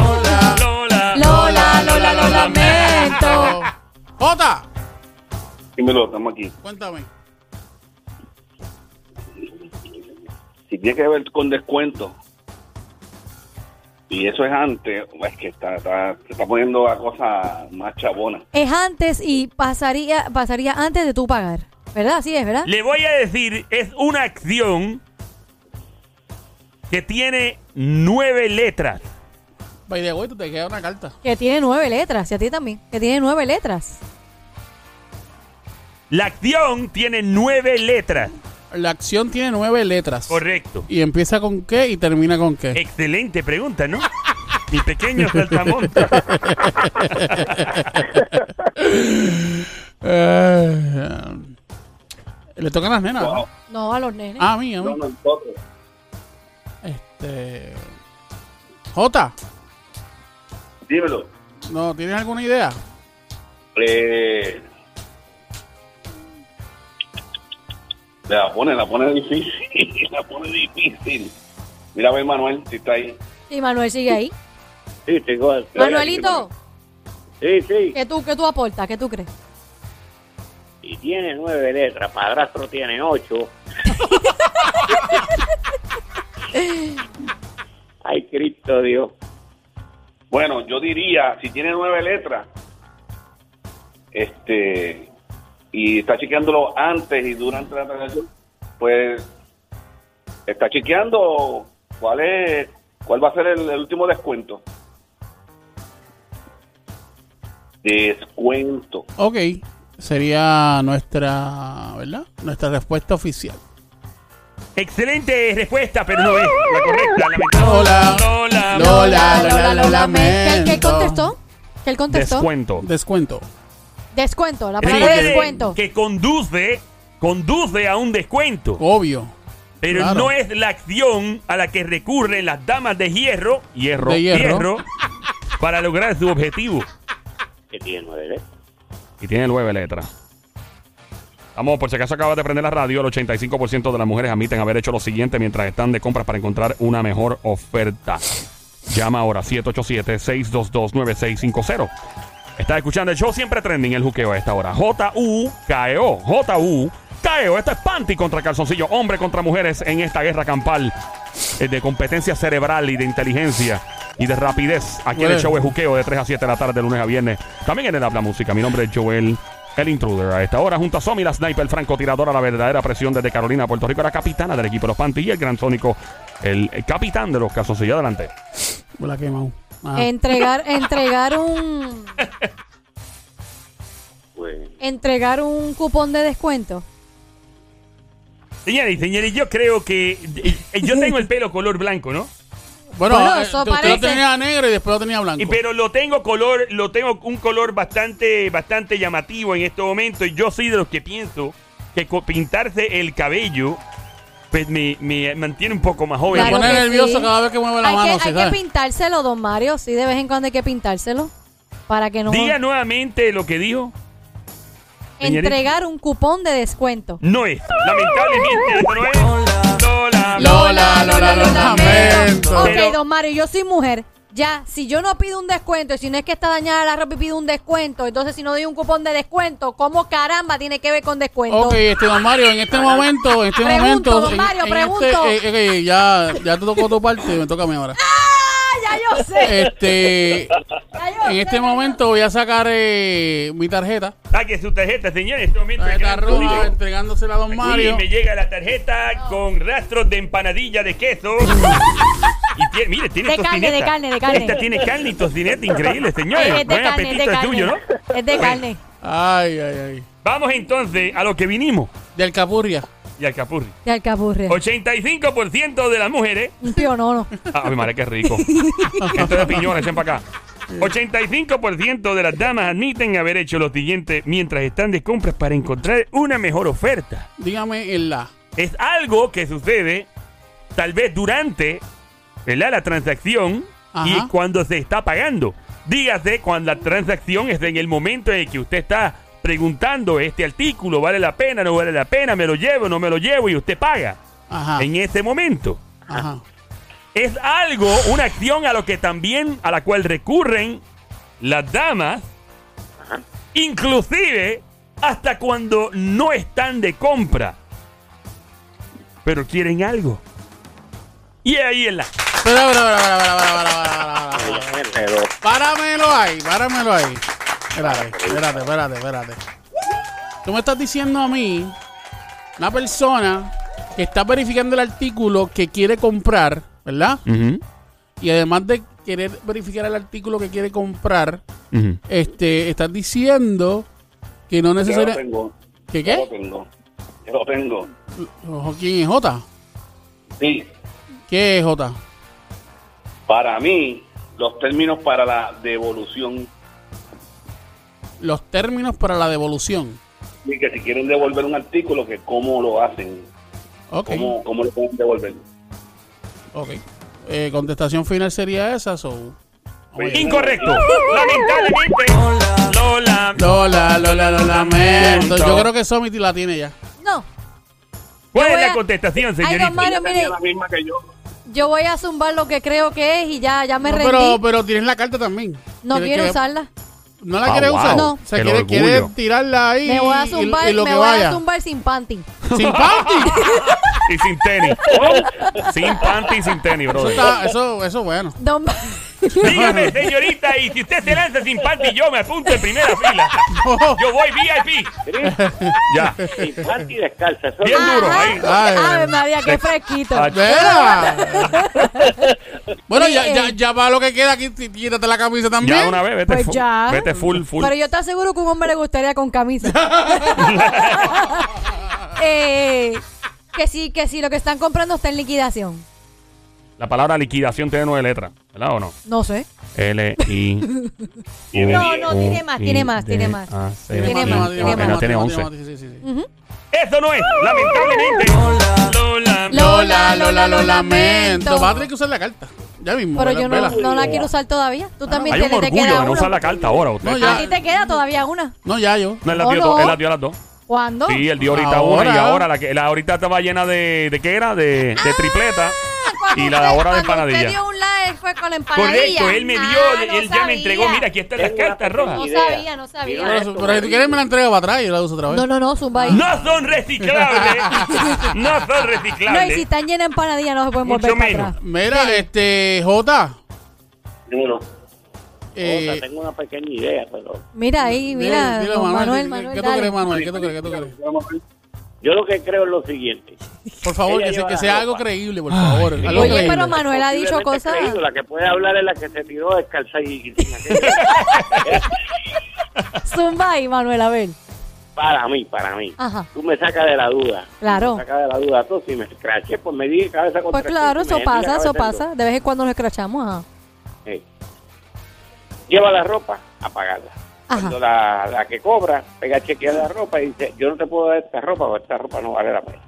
Speaker 1: Lola.
Speaker 2: Lola, Lola, lo lamento.
Speaker 3: Jota,
Speaker 4: Dímelo, estamos aquí.
Speaker 3: cuéntame.
Speaker 4: Si tiene que ver con descuento, y eso es antes, es que está, está- se está poniendo la cosa más chabona.
Speaker 2: Es antes y pasaría, pasaría antes de tú pagar. ¿Verdad? Así es, ¿verdad?
Speaker 1: Le voy a decir, es una acción que tiene nueve letras.
Speaker 3: By the way, tú te queda una carta.
Speaker 2: Que tiene nueve letras. Y a ti también. Que tiene nueve letras.
Speaker 1: La acción tiene nueve letras.
Speaker 3: La acción tiene nueve letras.
Speaker 1: Correcto.
Speaker 3: Y empieza con qué y termina con qué.
Speaker 1: Excelente pregunta, ¿no? Mi pequeño saltamontes.
Speaker 3: [LAUGHS] Eh, le tocan las nenas. ¿no?
Speaker 2: No, a los nenes.
Speaker 3: Ah, a mí, a mí.
Speaker 4: No, nosotros.
Speaker 3: Este. Jota,
Speaker 4: Dímelo.
Speaker 3: ¿no tienes alguna idea?
Speaker 4: Eh, la pone, la pone difícil, [LAUGHS] la pone difícil. Mira a ver, Manuel, si está ahí.
Speaker 2: Y Manuel sigue ahí.
Speaker 5: Sí, tengo. estoy aquí,
Speaker 2: Manuelito,
Speaker 5: Sí, sí.
Speaker 2: ¿qué tú, qué tú aportas? ¿Qué tú crees?
Speaker 5: Y tiene nueve letras. Padrastro tiene ocho. Ay, Cristo Dios.
Speaker 4: Bueno, yo diría, si tiene nueve letras, este, y está chequeándolo antes y durante la transacción, pues está chequeando cuál es, cuál va a ser el, el último descuento. Descuento.
Speaker 3: Ok, sería nuestra, ¿verdad? Nuestra respuesta oficial.
Speaker 1: Excelente respuesta, pero no es la correcta. Lamentable.
Speaker 3: Lola.
Speaker 1: Lola.
Speaker 3: Lola. Hola, Lola, lo
Speaker 2: ¿Qué- ¿Qué
Speaker 3: lamento.
Speaker 2: contestó? ¿Qué él contestó?
Speaker 1: Descuento.
Speaker 3: Descuento.
Speaker 2: Descuento, la
Speaker 1: Es
Speaker 2: palabra
Speaker 1: decir, que-
Speaker 2: descuento.
Speaker 1: Que conduce, conduce a un descuento.
Speaker 3: Obvio.
Speaker 1: Pero
Speaker 3: Claro.
Speaker 1: no es la acción a la que recurren las damas de hierro, hierro,
Speaker 3: De hierro.
Speaker 1: para lograr su objetivo.
Speaker 5: Que tiene nueve letras.
Speaker 1: Y tiene nueve letras. Vamos, por si acaso acabas de prender la radio, el 85% de las mujeres admiten haber hecho lo siguiente mientras están de compras para encontrar una mejor oferta. Llama ahora 787-622-9650. Estás escuchando el show siempre trending, el juqueo a esta hora. J-U-K-E-O. J-U-K-E-O. E Esto es panty contra calzoncillo. Hombre contra mujeres en esta guerra campal eh, de competencia cerebral y de inteligencia y de rapidez. Aquí en el
Speaker 3: Bueno.
Speaker 1: show es juqueo de 3 a 7 de la tarde, de lunes a viernes. También en el Habla Música. Mi nombre es Joel, el intruder. A esta hora, junto a Somi, la sniper, francotiradora, la verdadera presión desde Carolina, Puerto Rico, la capitana del equipo de los panty y el gran sónico, el, el capitán de los calzoncillos. Adelante.
Speaker 3: Me La quemado. Ah,
Speaker 2: Entregar, entregar un,
Speaker 5: Pues,
Speaker 2: entregar un cupón de descuento.
Speaker 1: Señores y señores, yo creo que eh, eh, yo tengo el pelo color blanco, ¿no?
Speaker 3: Bueno,
Speaker 2: Bueno,
Speaker 3: eh,
Speaker 2: eso
Speaker 3: tú- tú lo
Speaker 2: parece.
Speaker 3: tenía negro y después lo tenía blanco.
Speaker 1: Y, pero lo tengo color, lo tengo un color bastante, bastante llamativo en este momento. Y yo soy de los que pienso que co- pintarse el cabello pues, me, me mantiene un poco más joven.
Speaker 3: Me
Speaker 2: Claro
Speaker 3: pone
Speaker 2: que
Speaker 3: nervioso
Speaker 2: sí.
Speaker 3: cada vez que mueve la
Speaker 2: hay
Speaker 3: mano.
Speaker 2: que,
Speaker 3: ¿sí
Speaker 2: hay que
Speaker 3: sabes?
Speaker 2: pintárselo, don Mario. Sí, de vez en cuando hay que pintárselo. Para que no.
Speaker 1: Diga nuevamente lo que dijo. señorita.
Speaker 2: entregar un cupón de descuento.
Speaker 1: No es. Lamentablemente, eso no es. Lola.
Speaker 3: Lola, Lola, lo lamento.
Speaker 2: Ok,
Speaker 1: Pero-
Speaker 2: don Mario, yo soy mujer. Ya, si yo no pido un descuento y si no es que está dañada la ropa y pido un descuento, entonces si no doy un cupón de descuento, ¿cómo caramba tiene que ver con descuento?
Speaker 3: Ok, este don Mario, en este momento, en este
Speaker 2: Pregunto,
Speaker 3: momento,
Speaker 2: don
Speaker 3: en-
Speaker 2: Mario,
Speaker 3: en
Speaker 2: pregunto.
Speaker 3: este- eh, eh, ya, ya te tocó tu parte, me toca a mí
Speaker 2: [LAUGHS]
Speaker 3: ahora.
Speaker 2: ¡Ah! Ya yo sé.
Speaker 3: Este,
Speaker 2: Ya yo
Speaker 3: en
Speaker 2: sé, ya
Speaker 3: este
Speaker 2: yo
Speaker 3: momento voy a sacar eh, mi tarjeta,
Speaker 1: Saque su tarjeta, señor. En este momento
Speaker 3: la
Speaker 1: el
Speaker 3: tarjeta
Speaker 1: gran público.
Speaker 3: roja, entregándosela a don
Speaker 1: Aquí
Speaker 3: Mario.
Speaker 1: me llega la tarjeta con rastros de empanadilla de queso.
Speaker 2: [LAUGHS]
Speaker 1: y tiene, mire, tiene
Speaker 2: De carne,
Speaker 1: tocineta.
Speaker 2: de carne, de carne.
Speaker 1: Esta tiene carne y tocineta
Speaker 2: [LAUGHS]
Speaker 1: increíble, señor.
Speaker 2: Eh, Es de
Speaker 1: Buen
Speaker 2: carne, es
Speaker 1: apetito
Speaker 2: de
Speaker 1: el
Speaker 2: carne.
Speaker 1: tuyo, ¿no?
Speaker 2: Es de carne.
Speaker 3: Ay, ay, ay.
Speaker 1: Vamos entonces a lo que vinimos.
Speaker 3: De Alcapurria.
Speaker 1: Y al capurri.
Speaker 2: De alcaburre.
Speaker 1: 85% de las mujeres.
Speaker 2: Un tío, no, no.
Speaker 1: Ah, mi madre, qué rico. Esto es de piñones, ven para acá. 85% de las damas admiten haber hecho lo siguiente mientras están de compras para encontrar una mejor oferta.
Speaker 3: Dígame el la.
Speaker 1: es algo que sucede tal vez durante ¿verdad? la transacción
Speaker 3: Ajá.
Speaker 1: y cuando se está pagando. Dígase cuando la transacción es en el momento en el que usted está preguntando este artículo, ¿vale la pena, no vale la pena, me lo llevo, no me lo llevo y usted paga
Speaker 3: Ajá.
Speaker 1: en ese momento.
Speaker 3: Ajá.
Speaker 1: Es algo, una acción a lo que también, a la cual recurren las damas, inclusive hasta cuando no están de compra, pero quieren algo. Y ahí es la...
Speaker 3: Espera, espera, espera, espera, espera, espera, espera, espera, espera.
Speaker 5: Pero,
Speaker 3: Páramelo ahí, páramelo ahí. Espérate, espérate, espérate, espérate. Tú me estás diciendo a mí, una persona que está verificando el artículo que quiere comprar, ¿verdad? Y además de querer verificar el artículo que quiere comprar, este, estás diciendo que no
Speaker 5: yo lo
Speaker 3: necesariamente...
Speaker 5: tengo.
Speaker 3: ¿Qué
Speaker 5: Yo
Speaker 3: qué?
Speaker 5: lo tengo. Yo lo tengo.
Speaker 3: ¿Quién es J?
Speaker 5: Sí,
Speaker 3: ¿Qué es J?
Speaker 5: para mí, los términos para la devolución.
Speaker 3: Los términos para la devolución.
Speaker 5: Y que si quieren devolver un artículo, que cómo lo hacen.
Speaker 3: Ok.
Speaker 5: ¿Cómo, cómo lo pueden devolver?
Speaker 3: Ok. Eh, contestación final sería esa, so. Vamos allá.
Speaker 1: Incorrecto. Lamentablemente. Lola.
Speaker 3: Lola, Lola, lo lamento. Yo creo que Somity la tiene ya.
Speaker 2: No.
Speaker 1: ¿Cuál
Speaker 2: Yo
Speaker 1: es
Speaker 2: voy
Speaker 1: la
Speaker 2: a-
Speaker 1: contestación,
Speaker 2: Ay,
Speaker 1: señorita?
Speaker 2: don Mario, mire,
Speaker 5: Tenía la misma que yo.
Speaker 2: yo voy a zumbar lo que creo que es y ya, ya me
Speaker 3: No,
Speaker 2: rendí.
Speaker 3: pero, pero tienes la carta también.
Speaker 2: no
Speaker 3: Tienes
Speaker 2: quiero
Speaker 3: que-
Speaker 2: usarla.
Speaker 3: No la
Speaker 1: Ah,
Speaker 3: quieres
Speaker 1: wow.
Speaker 3: usar.
Speaker 2: No.
Speaker 3: O sea,
Speaker 1: El
Speaker 3: quieres,
Speaker 1: orgullo.
Speaker 3: quieres tirarla ahí.
Speaker 2: Me voy a
Speaker 3: y- y-
Speaker 2: zumbar,
Speaker 3: y lo
Speaker 2: me
Speaker 3: que
Speaker 2: voy
Speaker 3: vaya.
Speaker 2: a zumbar sin panty.
Speaker 3: Sin
Speaker 1: [LAUGHS]
Speaker 3: panty.
Speaker 1: Y sin tenis.
Speaker 2: [LAUGHS]
Speaker 1: sin panty y sin tenis,
Speaker 3: eso,
Speaker 1: brother.
Speaker 3: está- eso, eso es bueno.
Speaker 2: Don
Speaker 3: [LAUGHS]
Speaker 2: Ma-
Speaker 1: Dígame, señorita, y si usted se lanza sin panty, yo me apunto en primera fila. Yo voy VIP. Ya.
Speaker 5: Y panty descalza. Eso
Speaker 1: Bien duro, ¿eh? ahí.
Speaker 3: Ay.
Speaker 2: Ave María, qué fresquito.
Speaker 1: Ah,
Speaker 2: [LAUGHS]
Speaker 3: Mira. bueno, ya,
Speaker 2: eh.
Speaker 3: ya, ya para lo que queda aquí, tí- quítate la camisa también.
Speaker 1: Ya una vez, vete,
Speaker 2: Pues
Speaker 1: fu-
Speaker 2: ya.
Speaker 1: vete full, full.
Speaker 2: Pero yo te aseguro que un hombre le gustaría con camisa.
Speaker 1: [LAUGHS]
Speaker 2: Eh, que sí, que sí, lo que están comprando está en liquidación.
Speaker 1: La palabra liquidación tiene nueve letras, ¿verdad o no?
Speaker 2: No sé.
Speaker 1: L, I.
Speaker 2: No, no, tiene más, tiene más, tiene más. Tiene más, tiene más.
Speaker 1: Tiene once.
Speaker 3: sí, sí, sí.
Speaker 1: Eso no es, lamentablemente. Lola.
Speaker 3: Lola, Lola, lo lamento. Va a tener que usar la carta. Ya mismo.
Speaker 2: Pero
Speaker 3: vela-
Speaker 2: yo no,
Speaker 3: vela.
Speaker 2: no la quiero usar todavía. Tú también
Speaker 1: Ah, Hay un
Speaker 2: te, te
Speaker 1: orgullo
Speaker 2: queda
Speaker 1: de no
Speaker 2: una.
Speaker 1: usar la carta ahora. Usted.
Speaker 3: No,
Speaker 1: No,
Speaker 3: ya.
Speaker 2: A ti te queda todavía una.
Speaker 3: No, ya yo.
Speaker 1: él la
Speaker 2: No,
Speaker 1: dio,
Speaker 2: no.
Speaker 1: él la dio a las dos.
Speaker 2: ¿Cuándo?
Speaker 1: Sí, él dio ahorita
Speaker 3: Ahora.
Speaker 1: una y ahora la, que, la ahorita estaba llena de, de ¿qué era? De, de tripleta
Speaker 2: [LAUGHS] Ah, Cuando
Speaker 1: y la
Speaker 2: usted-
Speaker 1: de ahora de
Speaker 2: cuando usted
Speaker 1: empanadilla.
Speaker 2: dio un like fue con la empanadilla.
Speaker 1: Correcto, él me dio,
Speaker 2: Ah, no
Speaker 1: él ya me
Speaker 2: sabía.
Speaker 1: entregó. Mira, aquí están las
Speaker 5: Tengo una
Speaker 1: cartas rojas.
Speaker 2: No
Speaker 5: idea.
Speaker 2: sabía, no sabía.
Speaker 5: Mira
Speaker 3: Pero,
Speaker 5: esto,
Speaker 3: pero si tú quieres me la entrega para atrás y yo la uso otra vez.
Speaker 2: No, no, no, zumba ahí.
Speaker 1: No son reciclables. no son
Speaker 2: No, y si
Speaker 1: reciclables.
Speaker 2: están llenas de empanadillas no se pueden
Speaker 1: Mucho
Speaker 2: volver para
Speaker 1: menos.
Speaker 2: atrás.
Speaker 3: Mira, este, Jota.
Speaker 5: Duro.
Speaker 3: eh,
Speaker 5: Otra, tengo una pequeña idea, pero...
Speaker 2: Mira ahí, mira,
Speaker 3: dile,
Speaker 2: don Manuel,
Speaker 3: ¿qué-
Speaker 2: Manuel,
Speaker 3: ¿Qué tú
Speaker 2: dale.
Speaker 3: crees, Manuel? ¿Qué tú crees? ¿Qué tú crees?
Speaker 5: Yo lo que creo es lo siguiente.
Speaker 3: Por favor,
Speaker 5: Ella
Speaker 3: que, se-
Speaker 5: lleva
Speaker 3: que
Speaker 5: la
Speaker 3: sea algo
Speaker 5: ropa.
Speaker 3: creíble, por favor. algo
Speaker 2: Oye,
Speaker 3: creíble.
Speaker 2: pero Manuel ha dicho
Speaker 5: Posiblemente
Speaker 2: cosas.
Speaker 5: creído, la que puede hablar es la que se tiró descalza y, y sin aquel.
Speaker 2: [LAUGHS] Zumba ahí, Manuel, a ver.
Speaker 5: Para mí, para mí.
Speaker 2: Ajá.
Speaker 5: Tú me sacas de la duda.
Speaker 2: Claro.
Speaker 5: Me sacas de la duda. Tú si me escraché, pues me di cabeza contra
Speaker 2: Pues claro,
Speaker 5: el
Speaker 2: eso
Speaker 5: piso, me di la
Speaker 2: pasa, eso
Speaker 5: cabeza en
Speaker 2: pasa. De vez en cuando nos escrachamos, ajá.
Speaker 5: dos. Sí. Lleva la ropa a pagarla.
Speaker 2: Ajá.
Speaker 5: Cuando la, la que cobra, pega a chequear la ropa y dice, yo no te puedo dar esta ropa, porque esta ropa no vale la pena.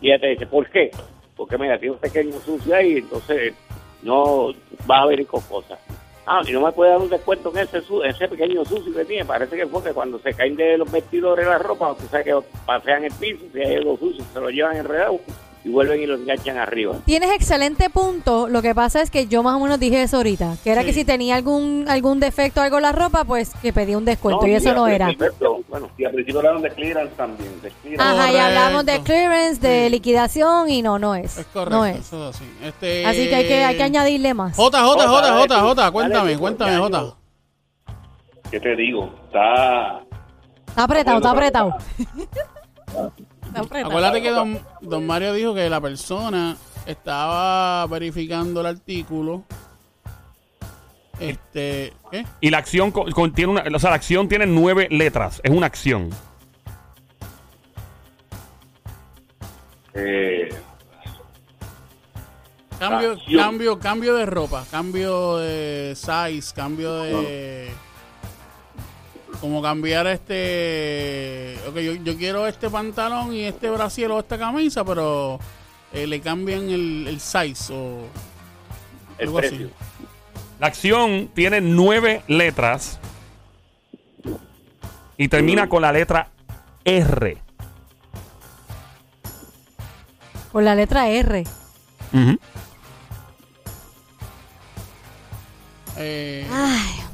Speaker 5: Y ella te dice, ¿por qué? Porque mira, tiene un pequeño sucio ahí, entonces no vas a venir con cosas. Ah, y no me puede dar un descuento en ese, su- ese pequeño sucio que tiene. Parece que fue que cuando se caen de los vestidores la ropa, o sea que pasean el piso, si hay algo sucio, se lo llevan enredado, y vuelven y los enganchan arriba.
Speaker 2: Tienes excelente punto. Lo que pasa es que yo más o menos dije eso ahorita, que era que si tenía algún algún defecto algo en la ropa, pues que pedía un descuento y eso
Speaker 4: al
Speaker 2: no era.
Speaker 4: principio- Bueno, y al principio hablaron de clearance también. De
Speaker 5: Ah.
Speaker 4: clearance.
Speaker 2: Ajá, y hablamos de
Speaker 3: Correcto.
Speaker 2: clearance, de liquidación y no, no es.
Speaker 3: Es correcto.
Speaker 2: No es.
Speaker 3: Eso es así. Este,
Speaker 2: Así que hay que, hay que añadirle más.
Speaker 3: J, J, J,
Speaker 5: Dale,
Speaker 3: J, J,
Speaker 5: dale,
Speaker 3: cuéntame,
Speaker 5: dale,
Speaker 3: cuéntame,
Speaker 5: cumpleaños.
Speaker 3: J.
Speaker 4: ¿Qué te digo? Está...
Speaker 2: Está apretado, está apretado. Está apretado.
Speaker 3: Acuérdate que don, don Mario dijo que la persona estaba verificando el artículo. Este, ¿qué?
Speaker 1: Y la acción co- contiene una, o sea, la acción tiene nueve letras. Es una acción.
Speaker 4: Eh,
Speaker 3: Cambio,
Speaker 4: Acción.
Speaker 3: cambio, cambio de ropa, cambio de size, cambio de. Como cambiar este. Ok, yo, yo quiero este pantalón y este brasier o esta camisa, pero eh, le cambian el, el size o
Speaker 5: El
Speaker 3: algo así.
Speaker 5: precio.
Speaker 1: La acción tiene nueve letras y termina con la letra R.
Speaker 2: Con la letra R.
Speaker 1: Ujú.
Speaker 3: Eh,
Speaker 2: Ay,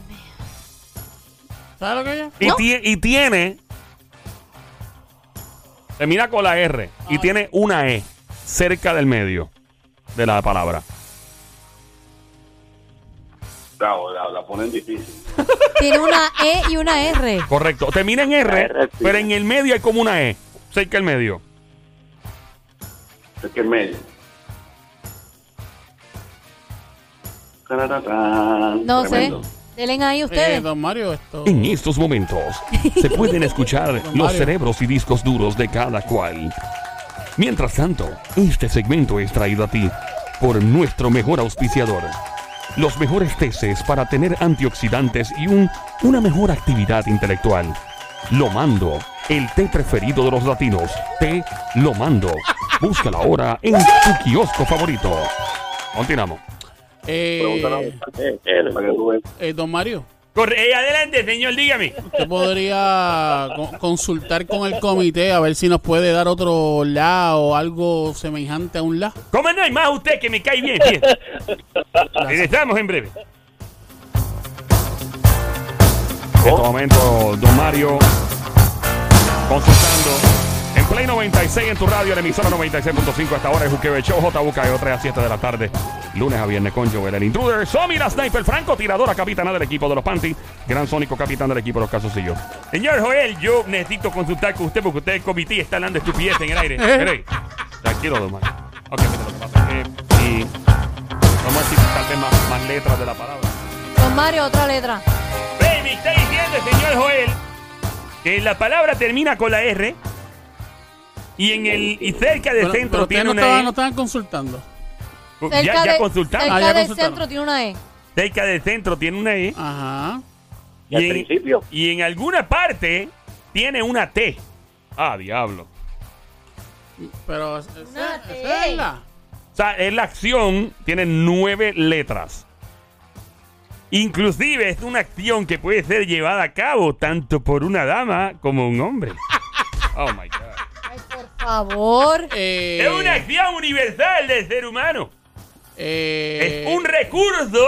Speaker 3: ¿Sabes lo que es?
Speaker 1: Y,
Speaker 2: ¿No?
Speaker 1: tie- y tiene. Termina con la R. Y tiene una E cerca del medio de la palabra.
Speaker 4: bravo, la, la ponen difícil.
Speaker 2: tiene una E y una R.
Speaker 1: Correcto. Termina en R,
Speaker 5: La R, sí.
Speaker 1: pero en el medio hay como una E. Cerca del medio.
Speaker 4: Es que el medio. Tarararán.
Speaker 2: No sé.
Speaker 4: Tremendo.
Speaker 2: Delen ahí
Speaker 3: Eh,
Speaker 2: ustedes.
Speaker 3: don Mario, esto.
Speaker 1: En estos momentos se pueden escuchar
Speaker 3: Don
Speaker 1: los
Speaker 3: Mario.
Speaker 1: cerebros y discos duros de cada cual. Mientras tanto, este segmento es traído a ti por nuestro mejor auspiciador. Los mejores teces para tener antioxidantes y un- una mejor actividad intelectual. Lo mando, el té preferido de los latinos. Té Lo mando. Búscala ahora en tu kiosco favorito. Continuamos.
Speaker 4: Pregúntale a
Speaker 3: Eh,
Speaker 4: un cartel para que tú veas.
Speaker 3: eh, don Mario,
Speaker 1: eh, adelante, señor, dígame.
Speaker 3: usted podría co- consultar con el comité a ver si nos puede dar otro la o algo semejante a un la.
Speaker 1: ¿Cómo no hay más usted que me cae bien? bien. Regresamos en breve. En este momento, Don Mario consultando en Play 96 en tu radio, la emisora 96.5 hasta ahora es Juqueo el Show, JBKO 3 a 7 de la tarde, lunes a viernes con Joel el Intruder, Somi la Sniper, Franco tiradora capitana del equipo de los Panty, Gran Sónico capitán del equipo de los Casosillos. Señor Joel, yo necesito consultar con usted porque usted el comité está hablando estupidez en el [LAUGHS] aire. Mire, Tranquilo, Don Mario. Ok, mire lo que pasa. Eh, y vamos a decir tal vez más, más letras de la palabra.
Speaker 2: Don Mario, otra letra.
Speaker 1: Ve, me está diciendo el señor Joel que la palabra termina con la R y en el y cerca del
Speaker 3: Pero-
Speaker 1: centro
Speaker 3: pero ustedes
Speaker 1: tiene
Speaker 3: no
Speaker 1: una
Speaker 3: estaban,
Speaker 1: E.
Speaker 3: no estaban consultando.
Speaker 1: ya
Speaker 2: Cerca
Speaker 1: ya
Speaker 2: de-
Speaker 1: consultamos.
Speaker 2: Cerca
Speaker 3: Ah, ya
Speaker 2: del
Speaker 3: consultaron.
Speaker 2: centro tiene una E.
Speaker 1: Cerca del centro tiene una E.
Speaker 3: Ah, Ajá.
Speaker 5: Y al principio,
Speaker 1: y en alguna parte tiene una T. Ah, diablo.
Speaker 3: Pero esa, esa
Speaker 2: Nate.
Speaker 3: es la.
Speaker 1: O sea, es la acción, tiene nueve letras. Inclusive es una acción que puede ser llevada a cabo tanto por una dama como
Speaker 3: [LAUGHS]
Speaker 1: un hombre. Oh my God.
Speaker 2: Ay, por favor.
Speaker 3: Eh,
Speaker 1: Es una acción universal del ser humano.
Speaker 3: eh,
Speaker 1: Es un recurso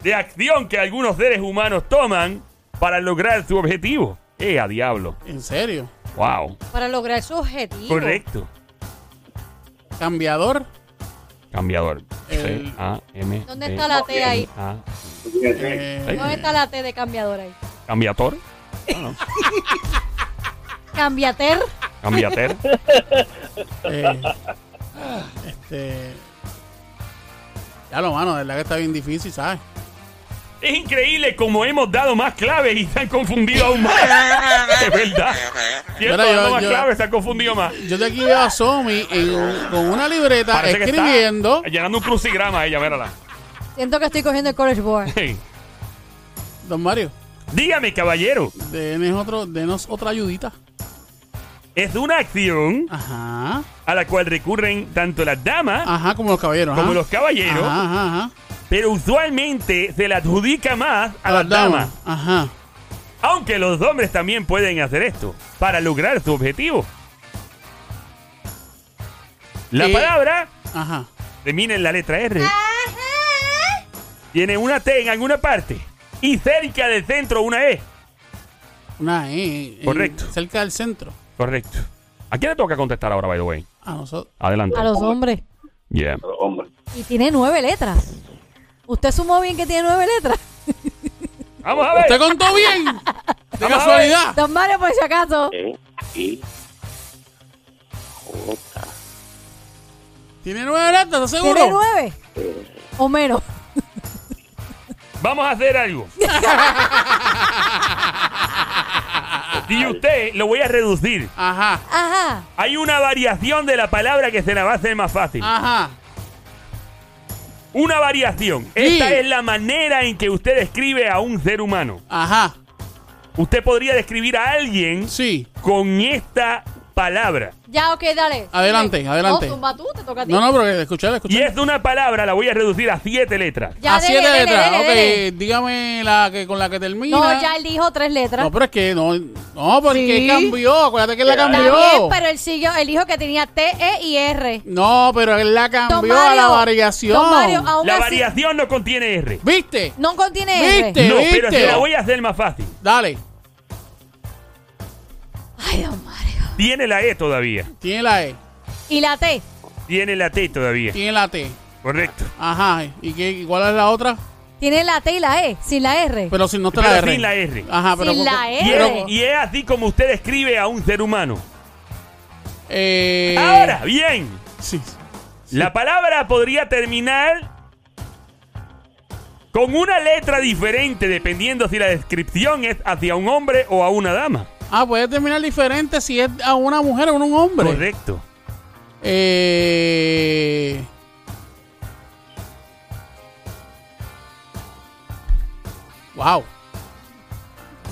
Speaker 1: de acción que algunos seres humanos toman para lograr su objetivo. ¡Eh, a diablo!
Speaker 3: En serio.
Speaker 1: ¡Wow!
Speaker 2: Para lograr su objetivo.
Speaker 1: Correcto.
Speaker 3: Cambiador.
Speaker 1: Cambiador.
Speaker 3: El-
Speaker 1: C A M.
Speaker 2: ¿Dónde
Speaker 1: D, E,
Speaker 2: está la T ahí?
Speaker 1: A.
Speaker 3: eh,
Speaker 2: ¿Dónde está la T de cambiador ahí?
Speaker 1: Cambiator.
Speaker 2: Cambiater.
Speaker 1: Cambiater.
Speaker 3: eh, este. Ya lo mano, de verdad que está bien difícil, ¿sabes?
Speaker 1: es increíble como hemos dado más claves y se han confundido aún más. De verdad. Cierto,
Speaker 3: Mira, yo-
Speaker 1: dando más
Speaker 3: yo-
Speaker 1: claves se han confundido más.
Speaker 3: Yo de aquí veo a Somi en un- con una libreta
Speaker 1: Parece que está
Speaker 3: escribiendo.
Speaker 1: llenando un crucigrama ella, mírala. [LAUGHS]
Speaker 2: Siento que estoy cogiendo el College Board.
Speaker 1: Hey.
Speaker 3: Don Mario,
Speaker 1: Dígame, caballero.
Speaker 3: denos, otro, denos otra ayudita.
Speaker 1: Es una acción
Speaker 3: Ajá.
Speaker 1: a la cual recurren tanto las damas
Speaker 3: Ajá, como los caballeros.
Speaker 1: como
Speaker 3: Ah, ajá.
Speaker 1: los caballeros,
Speaker 3: Ajá, ajá, ajá.
Speaker 1: pero usualmente se le adjudica más a las damas.
Speaker 3: Ajá.
Speaker 1: Aunque los hombres también pueden hacer esto para lograr su objetivo. La
Speaker 3: Eh.
Speaker 1: palabra
Speaker 3: Ajá.
Speaker 1: termina en la letra R. Tiene una T en alguna parte. Y cerca del centro una E.
Speaker 3: Una E. en-
Speaker 1: Correcto.
Speaker 3: cerca del centro.
Speaker 1: Correcto. ¿A quién le toca contestar ahora, by the way?
Speaker 3: A nosotros.
Speaker 1: Adelante.
Speaker 2: A los hombres.
Speaker 1: Yeah.
Speaker 4: Pero, hombre,
Speaker 2: Y tiene nueve letras. ¿Usted sumó bien que tiene nueve letras?
Speaker 1: Vamos a
Speaker 3: ¿Usted
Speaker 1: ver.
Speaker 3: contó
Speaker 1: [LAUGHS]
Speaker 3: bien? De
Speaker 1: ver.
Speaker 3: casualidad.
Speaker 2: Don Mario, por si acaso.
Speaker 1: Eh,
Speaker 5: E, I, J,
Speaker 3: ¿Tiene nueve letras? ¿Estás
Speaker 2: ¿Tiene
Speaker 3: seguro?
Speaker 2: nueve? O menos.
Speaker 1: Vamos a hacer algo. y usted lo voy a reducir.
Speaker 3: Ajá.
Speaker 2: Ajá.
Speaker 1: Hay una variación de la palabra que se la va a hacer más fácil.
Speaker 3: Ajá.
Speaker 1: Una variación.
Speaker 3: Sí.
Speaker 1: Esta es la manera en que usted describe a un ser humano.
Speaker 3: Ajá.
Speaker 1: Usted podría describir a alguien
Speaker 3: Sí.
Speaker 1: con esta palabra.
Speaker 2: Ya, ok, dale.
Speaker 3: Adelante,
Speaker 2: Dime.
Speaker 3: adelante.
Speaker 2: No, zumba tú, te toca a ti.
Speaker 3: No, no, pero escuchar,
Speaker 1: Y
Speaker 3: escuchar.
Speaker 1: es de una palabra, la voy a reducir a siete letras.
Speaker 2: Ya,
Speaker 3: a
Speaker 2: dele,
Speaker 3: siete
Speaker 2: dele,
Speaker 3: letras.
Speaker 2: dele,
Speaker 3: ok,
Speaker 2: dele.
Speaker 3: dígame la que con la que termina.
Speaker 2: No, ya él dijo tres letras.
Speaker 3: No, pero es que no. No, porque
Speaker 2: Sí.
Speaker 3: cambió. Acuérdate que él la
Speaker 4: Está
Speaker 3: cambió.
Speaker 2: También, pero él siguió, él dijo que tenía T, E y R.
Speaker 3: No, pero él la cambió a la variación.
Speaker 2: Don Mario, ah. aún
Speaker 1: La
Speaker 2: así,
Speaker 1: variación no contiene R.
Speaker 3: ¿Viste?
Speaker 2: No contiene R.
Speaker 3: ¿Viste?
Speaker 1: No, pero
Speaker 3: ¿Viste?
Speaker 1: se la voy a hacer más fácil.
Speaker 3: Dale.
Speaker 2: Ay, don Mario.
Speaker 1: Tiene la E todavía.
Speaker 3: Tiene la E.
Speaker 2: Y la T.
Speaker 1: Tiene la T todavía.
Speaker 3: Tiene la T.
Speaker 1: Correcto.
Speaker 3: Ajá. ¿Y qué, y cuál es la otra?
Speaker 2: Tiene la T y la E, sin la R.
Speaker 3: Pero si no está
Speaker 1: Pero
Speaker 3: la R.
Speaker 1: sin la R.
Speaker 3: Ajá, pero.
Speaker 2: Sin la E.
Speaker 1: Y
Speaker 2: R.
Speaker 1: es, y es así como usted describe a un ser humano.
Speaker 3: Eh,
Speaker 1: Ahora, bien.
Speaker 3: Sí.
Speaker 1: La palabra podría terminar con una letra diferente dependiendo si la descripción es hacia un hombre o a una dama.
Speaker 3: Ah, puede terminar diferente si es a una mujer o a un hombre.
Speaker 1: Correcto.
Speaker 3: Eh. Wow.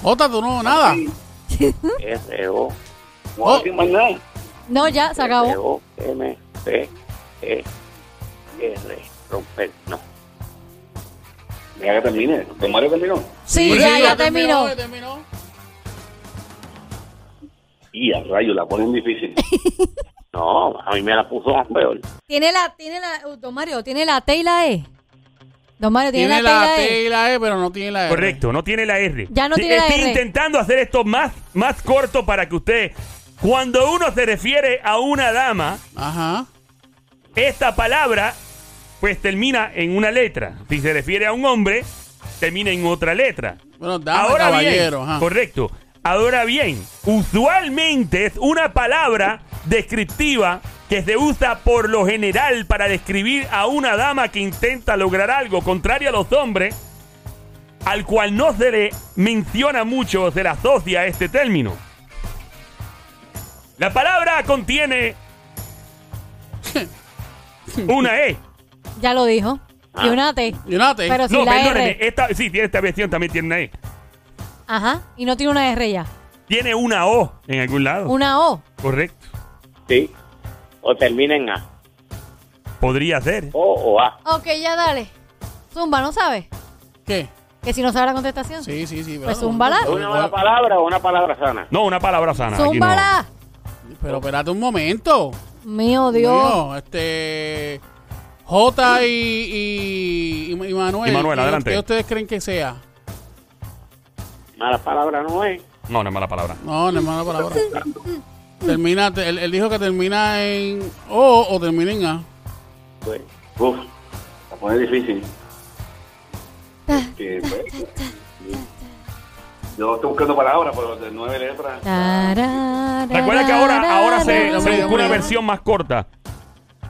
Speaker 3: Jota, tú no, nada.
Speaker 5: R, O,
Speaker 4: no voy a decir más nada.
Speaker 2: No, ya, se
Speaker 5: R,
Speaker 2: acabó.
Speaker 5: O, M, P, E, R, romper, no.
Speaker 4: Deja que termine. Don Mario terminó.
Speaker 2: Sí, ya, ya terminó.
Speaker 3: terminó.
Speaker 4: Y a rayo, la ponen difícil.
Speaker 5: No, a mí me la puso más peor.
Speaker 2: Tiene la, tiene la, uh, don Mario, tiene la T y la E. Don Mario, tiene,
Speaker 3: Tiene
Speaker 2: la,
Speaker 3: la
Speaker 2: T y la E.
Speaker 3: T y la E, pero no tiene la R.
Speaker 1: Correcto, no tiene la R.
Speaker 2: Ya no
Speaker 1: Sí,
Speaker 2: tiene la
Speaker 1: Estoy
Speaker 2: R.
Speaker 1: intentando hacer esto más, más corto para que usted, cuando uno se refiere a una dama,
Speaker 3: Ajá.
Speaker 1: esta palabra pues termina en una letra. Si se refiere a un hombre, termina en otra letra.
Speaker 3: Bueno, dame, caballero.
Speaker 1: bien,
Speaker 3: ajá.
Speaker 1: correcto. Ahora bien, usualmente es una palabra descriptiva que se usa por lo general para describir a una dama que intenta lograr algo contrario a los hombres, al cual no se le menciona mucho o se le asocia este término. La palabra contiene una E.
Speaker 2: Ya lo dijo. Y una T.
Speaker 3: Y una T.
Speaker 2: Pero
Speaker 1: No,
Speaker 2: sin la
Speaker 1: perdóneme,
Speaker 2: R.
Speaker 1: esta, sí, tiene esta versión también tiene una E.
Speaker 2: Ajá. Y no tiene una R ya.
Speaker 1: Tiene una O en algún lado.
Speaker 2: Una O.
Speaker 1: Correcto.
Speaker 5: Sí. O termina en A.
Speaker 1: Podría ser.
Speaker 5: O o A.
Speaker 2: Ok, ya dale. Zumba, ¿no sabes?
Speaker 3: ¿Qué?
Speaker 2: Que si no sabe la contestación.
Speaker 3: Sí, sí, sí.
Speaker 2: Pues
Speaker 3: pero-
Speaker 2: zúmbala.
Speaker 5: ¿Es una mala palabra o una palabra sana?
Speaker 1: No, una palabra sana. aquí no.
Speaker 2: Zúmbala.
Speaker 3: Pero espérate un momento.
Speaker 2: Mío Dios.
Speaker 3: Mío, este. J y, y, y Manuel.
Speaker 1: Y Manuel,
Speaker 3: ¿qué-
Speaker 1: adelante.
Speaker 3: ¿Qué ustedes creen que sea?
Speaker 5: Mala palabra no es.
Speaker 1: No, no es mala palabra.
Speaker 3: No, no es mala palabra. termina, te- él, él dijo que termina en O o termina en A.
Speaker 5: Pues,
Speaker 4: Uf, la ponen difícil. Este, pues, yo estoy buscando palabras, pero de nueve letras.
Speaker 2: Tarara,
Speaker 1: Recuerda que ahora, ahora se,
Speaker 2: tarara,
Speaker 1: se busca una
Speaker 2: tarara,
Speaker 1: versión más corta.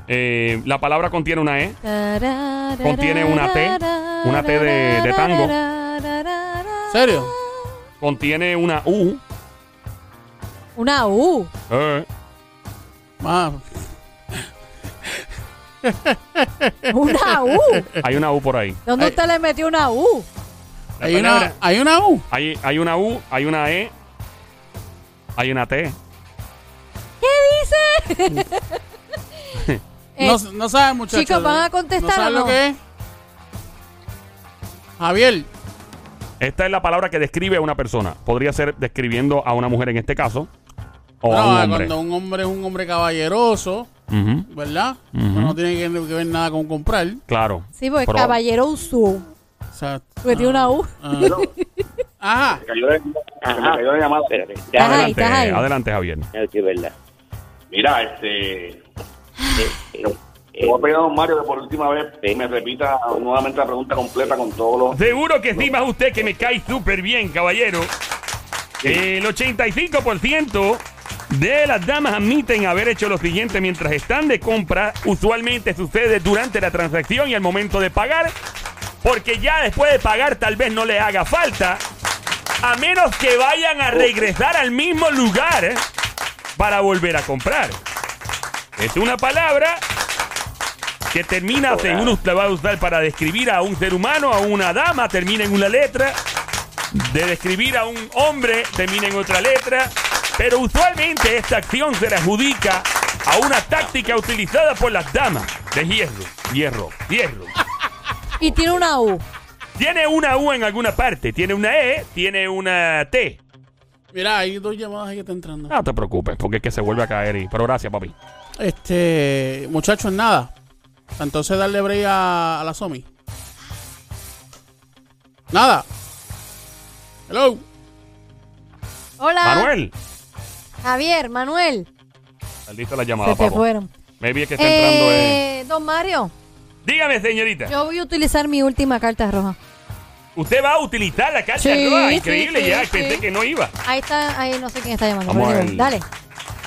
Speaker 1: Eh, la palabra contiene una E.
Speaker 2: tarara,
Speaker 1: contiene una T, una T de- de tango.
Speaker 3: ¿Serio?
Speaker 1: Contiene una U.
Speaker 2: Una U.
Speaker 1: eh,
Speaker 3: Ah,
Speaker 2: Una U.
Speaker 1: hay una U por ahí.
Speaker 2: ¿Dónde usted le metió una U?
Speaker 1: La
Speaker 3: hay, una,
Speaker 1: palabra-
Speaker 3: hay una U.
Speaker 1: hay, hay una U, hay una E, hay una T.
Speaker 2: ¿Qué dice? Eh,
Speaker 3: No, no saben, muchachos.
Speaker 2: chicos, ¿van a
Speaker 3: ¿No
Speaker 2: contestar
Speaker 3: saben
Speaker 2: o
Speaker 3: lo
Speaker 2: no?
Speaker 3: que es? Javier,
Speaker 1: Esta es la palabra que describe a una persona. Podría ser describiendo a una mujer en este caso. O
Speaker 3: no,
Speaker 1: a un hombre.
Speaker 3: cuando un hombre es un hombre caballeroso,
Speaker 1: Ujú,
Speaker 3: ¿verdad?
Speaker 1: Ujú.
Speaker 3: No tiene que que ver nada con comprar.
Speaker 1: Claro.
Speaker 2: Sí, porque
Speaker 1: Pero-
Speaker 2: caballero usó.
Speaker 3: O sea,
Speaker 2: Porque tiene una U.
Speaker 3: ah,
Speaker 5: Pero,
Speaker 3: ajá.
Speaker 4: Se cayó la- se me cayó la llamada.
Speaker 5: espérate, ya,
Speaker 2: Ajá.
Speaker 1: Adelante,
Speaker 2: estás ahí.
Speaker 1: adelante, Javier.
Speaker 5: ya, sí, verdad.
Speaker 4: Mira, este.
Speaker 5: Eh, eh,
Speaker 4: Le voy a pedir a don Mario que por última vez eh,
Speaker 5: Sí.
Speaker 4: me repita nuevamente la pregunta completa con todos los.
Speaker 1: Seguro que sí, más usted que me cae súper bien, caballero. El 85% de las damas admiten haber hecho lo siguiente mientras están de compra. Usualmente sucede durante la transacción y al momento de pagar, porque ya después de pagar tal vez no le haga falta, a menos que vayan a regresar al mismo lugar ¿eh? para volver a comprar. Es una palabra que termina, según usted va a usar para describir a un ser humano, a una dama, termina en una letra. De describir a un hombre, termina en otra letra. Pero usualmente esta acción se le adjudica a una táctica utilizada por las damas de hierro, hierro, hierro. Ah.
Speaker 2: Y tiene una U.
Speaker 1: Tiene una U en alguna parte, tiene una E, tiene una T.
Speaker 3: Mira, hay dos llamadas ahí que está entrando.
Speaker 1: No te preocupes, porque es que se vuelve a caer. Y, pero gracias, papi.
Speaker 3: Este, muchachos, nada. Entonces darle break a, a la Somi. Nada. Hello.
Speaker 2: Hola.
Speaker 1: Manuel,
Speaker 2: Javier, Manuel.
Speaker 1: está lista la llamada,
Speaker 2: Se te
Speaker 1: papo.
Speaker 2: fueron.
Speaker 1: Me vi que está entrando. eh.
Speaker 2: Eh, Don Mario,
Speaker 1: Dígame, señorita.
Speaker 2: yo voy a utilizar mi última carta roja.
Speaker 1: Usted va a utilizar la carta
Speaker 2: Sí,
Speaker 1: roja.
Speaker 2: sí,
Speaker 1: Increíble,
Speaker 2: sí,
Speaker 1: ya
Speaker 2: sí.
Speaker 1: pensé que no iba.
Speaker 2: Ahí está, ahí no sé quién está llamando.
Speaker 1: Vamos
Speaker 2: pero
Speaker 1: a
Speaker 2: digo,
Speaker 1: ver.
Speaker 2: Dale.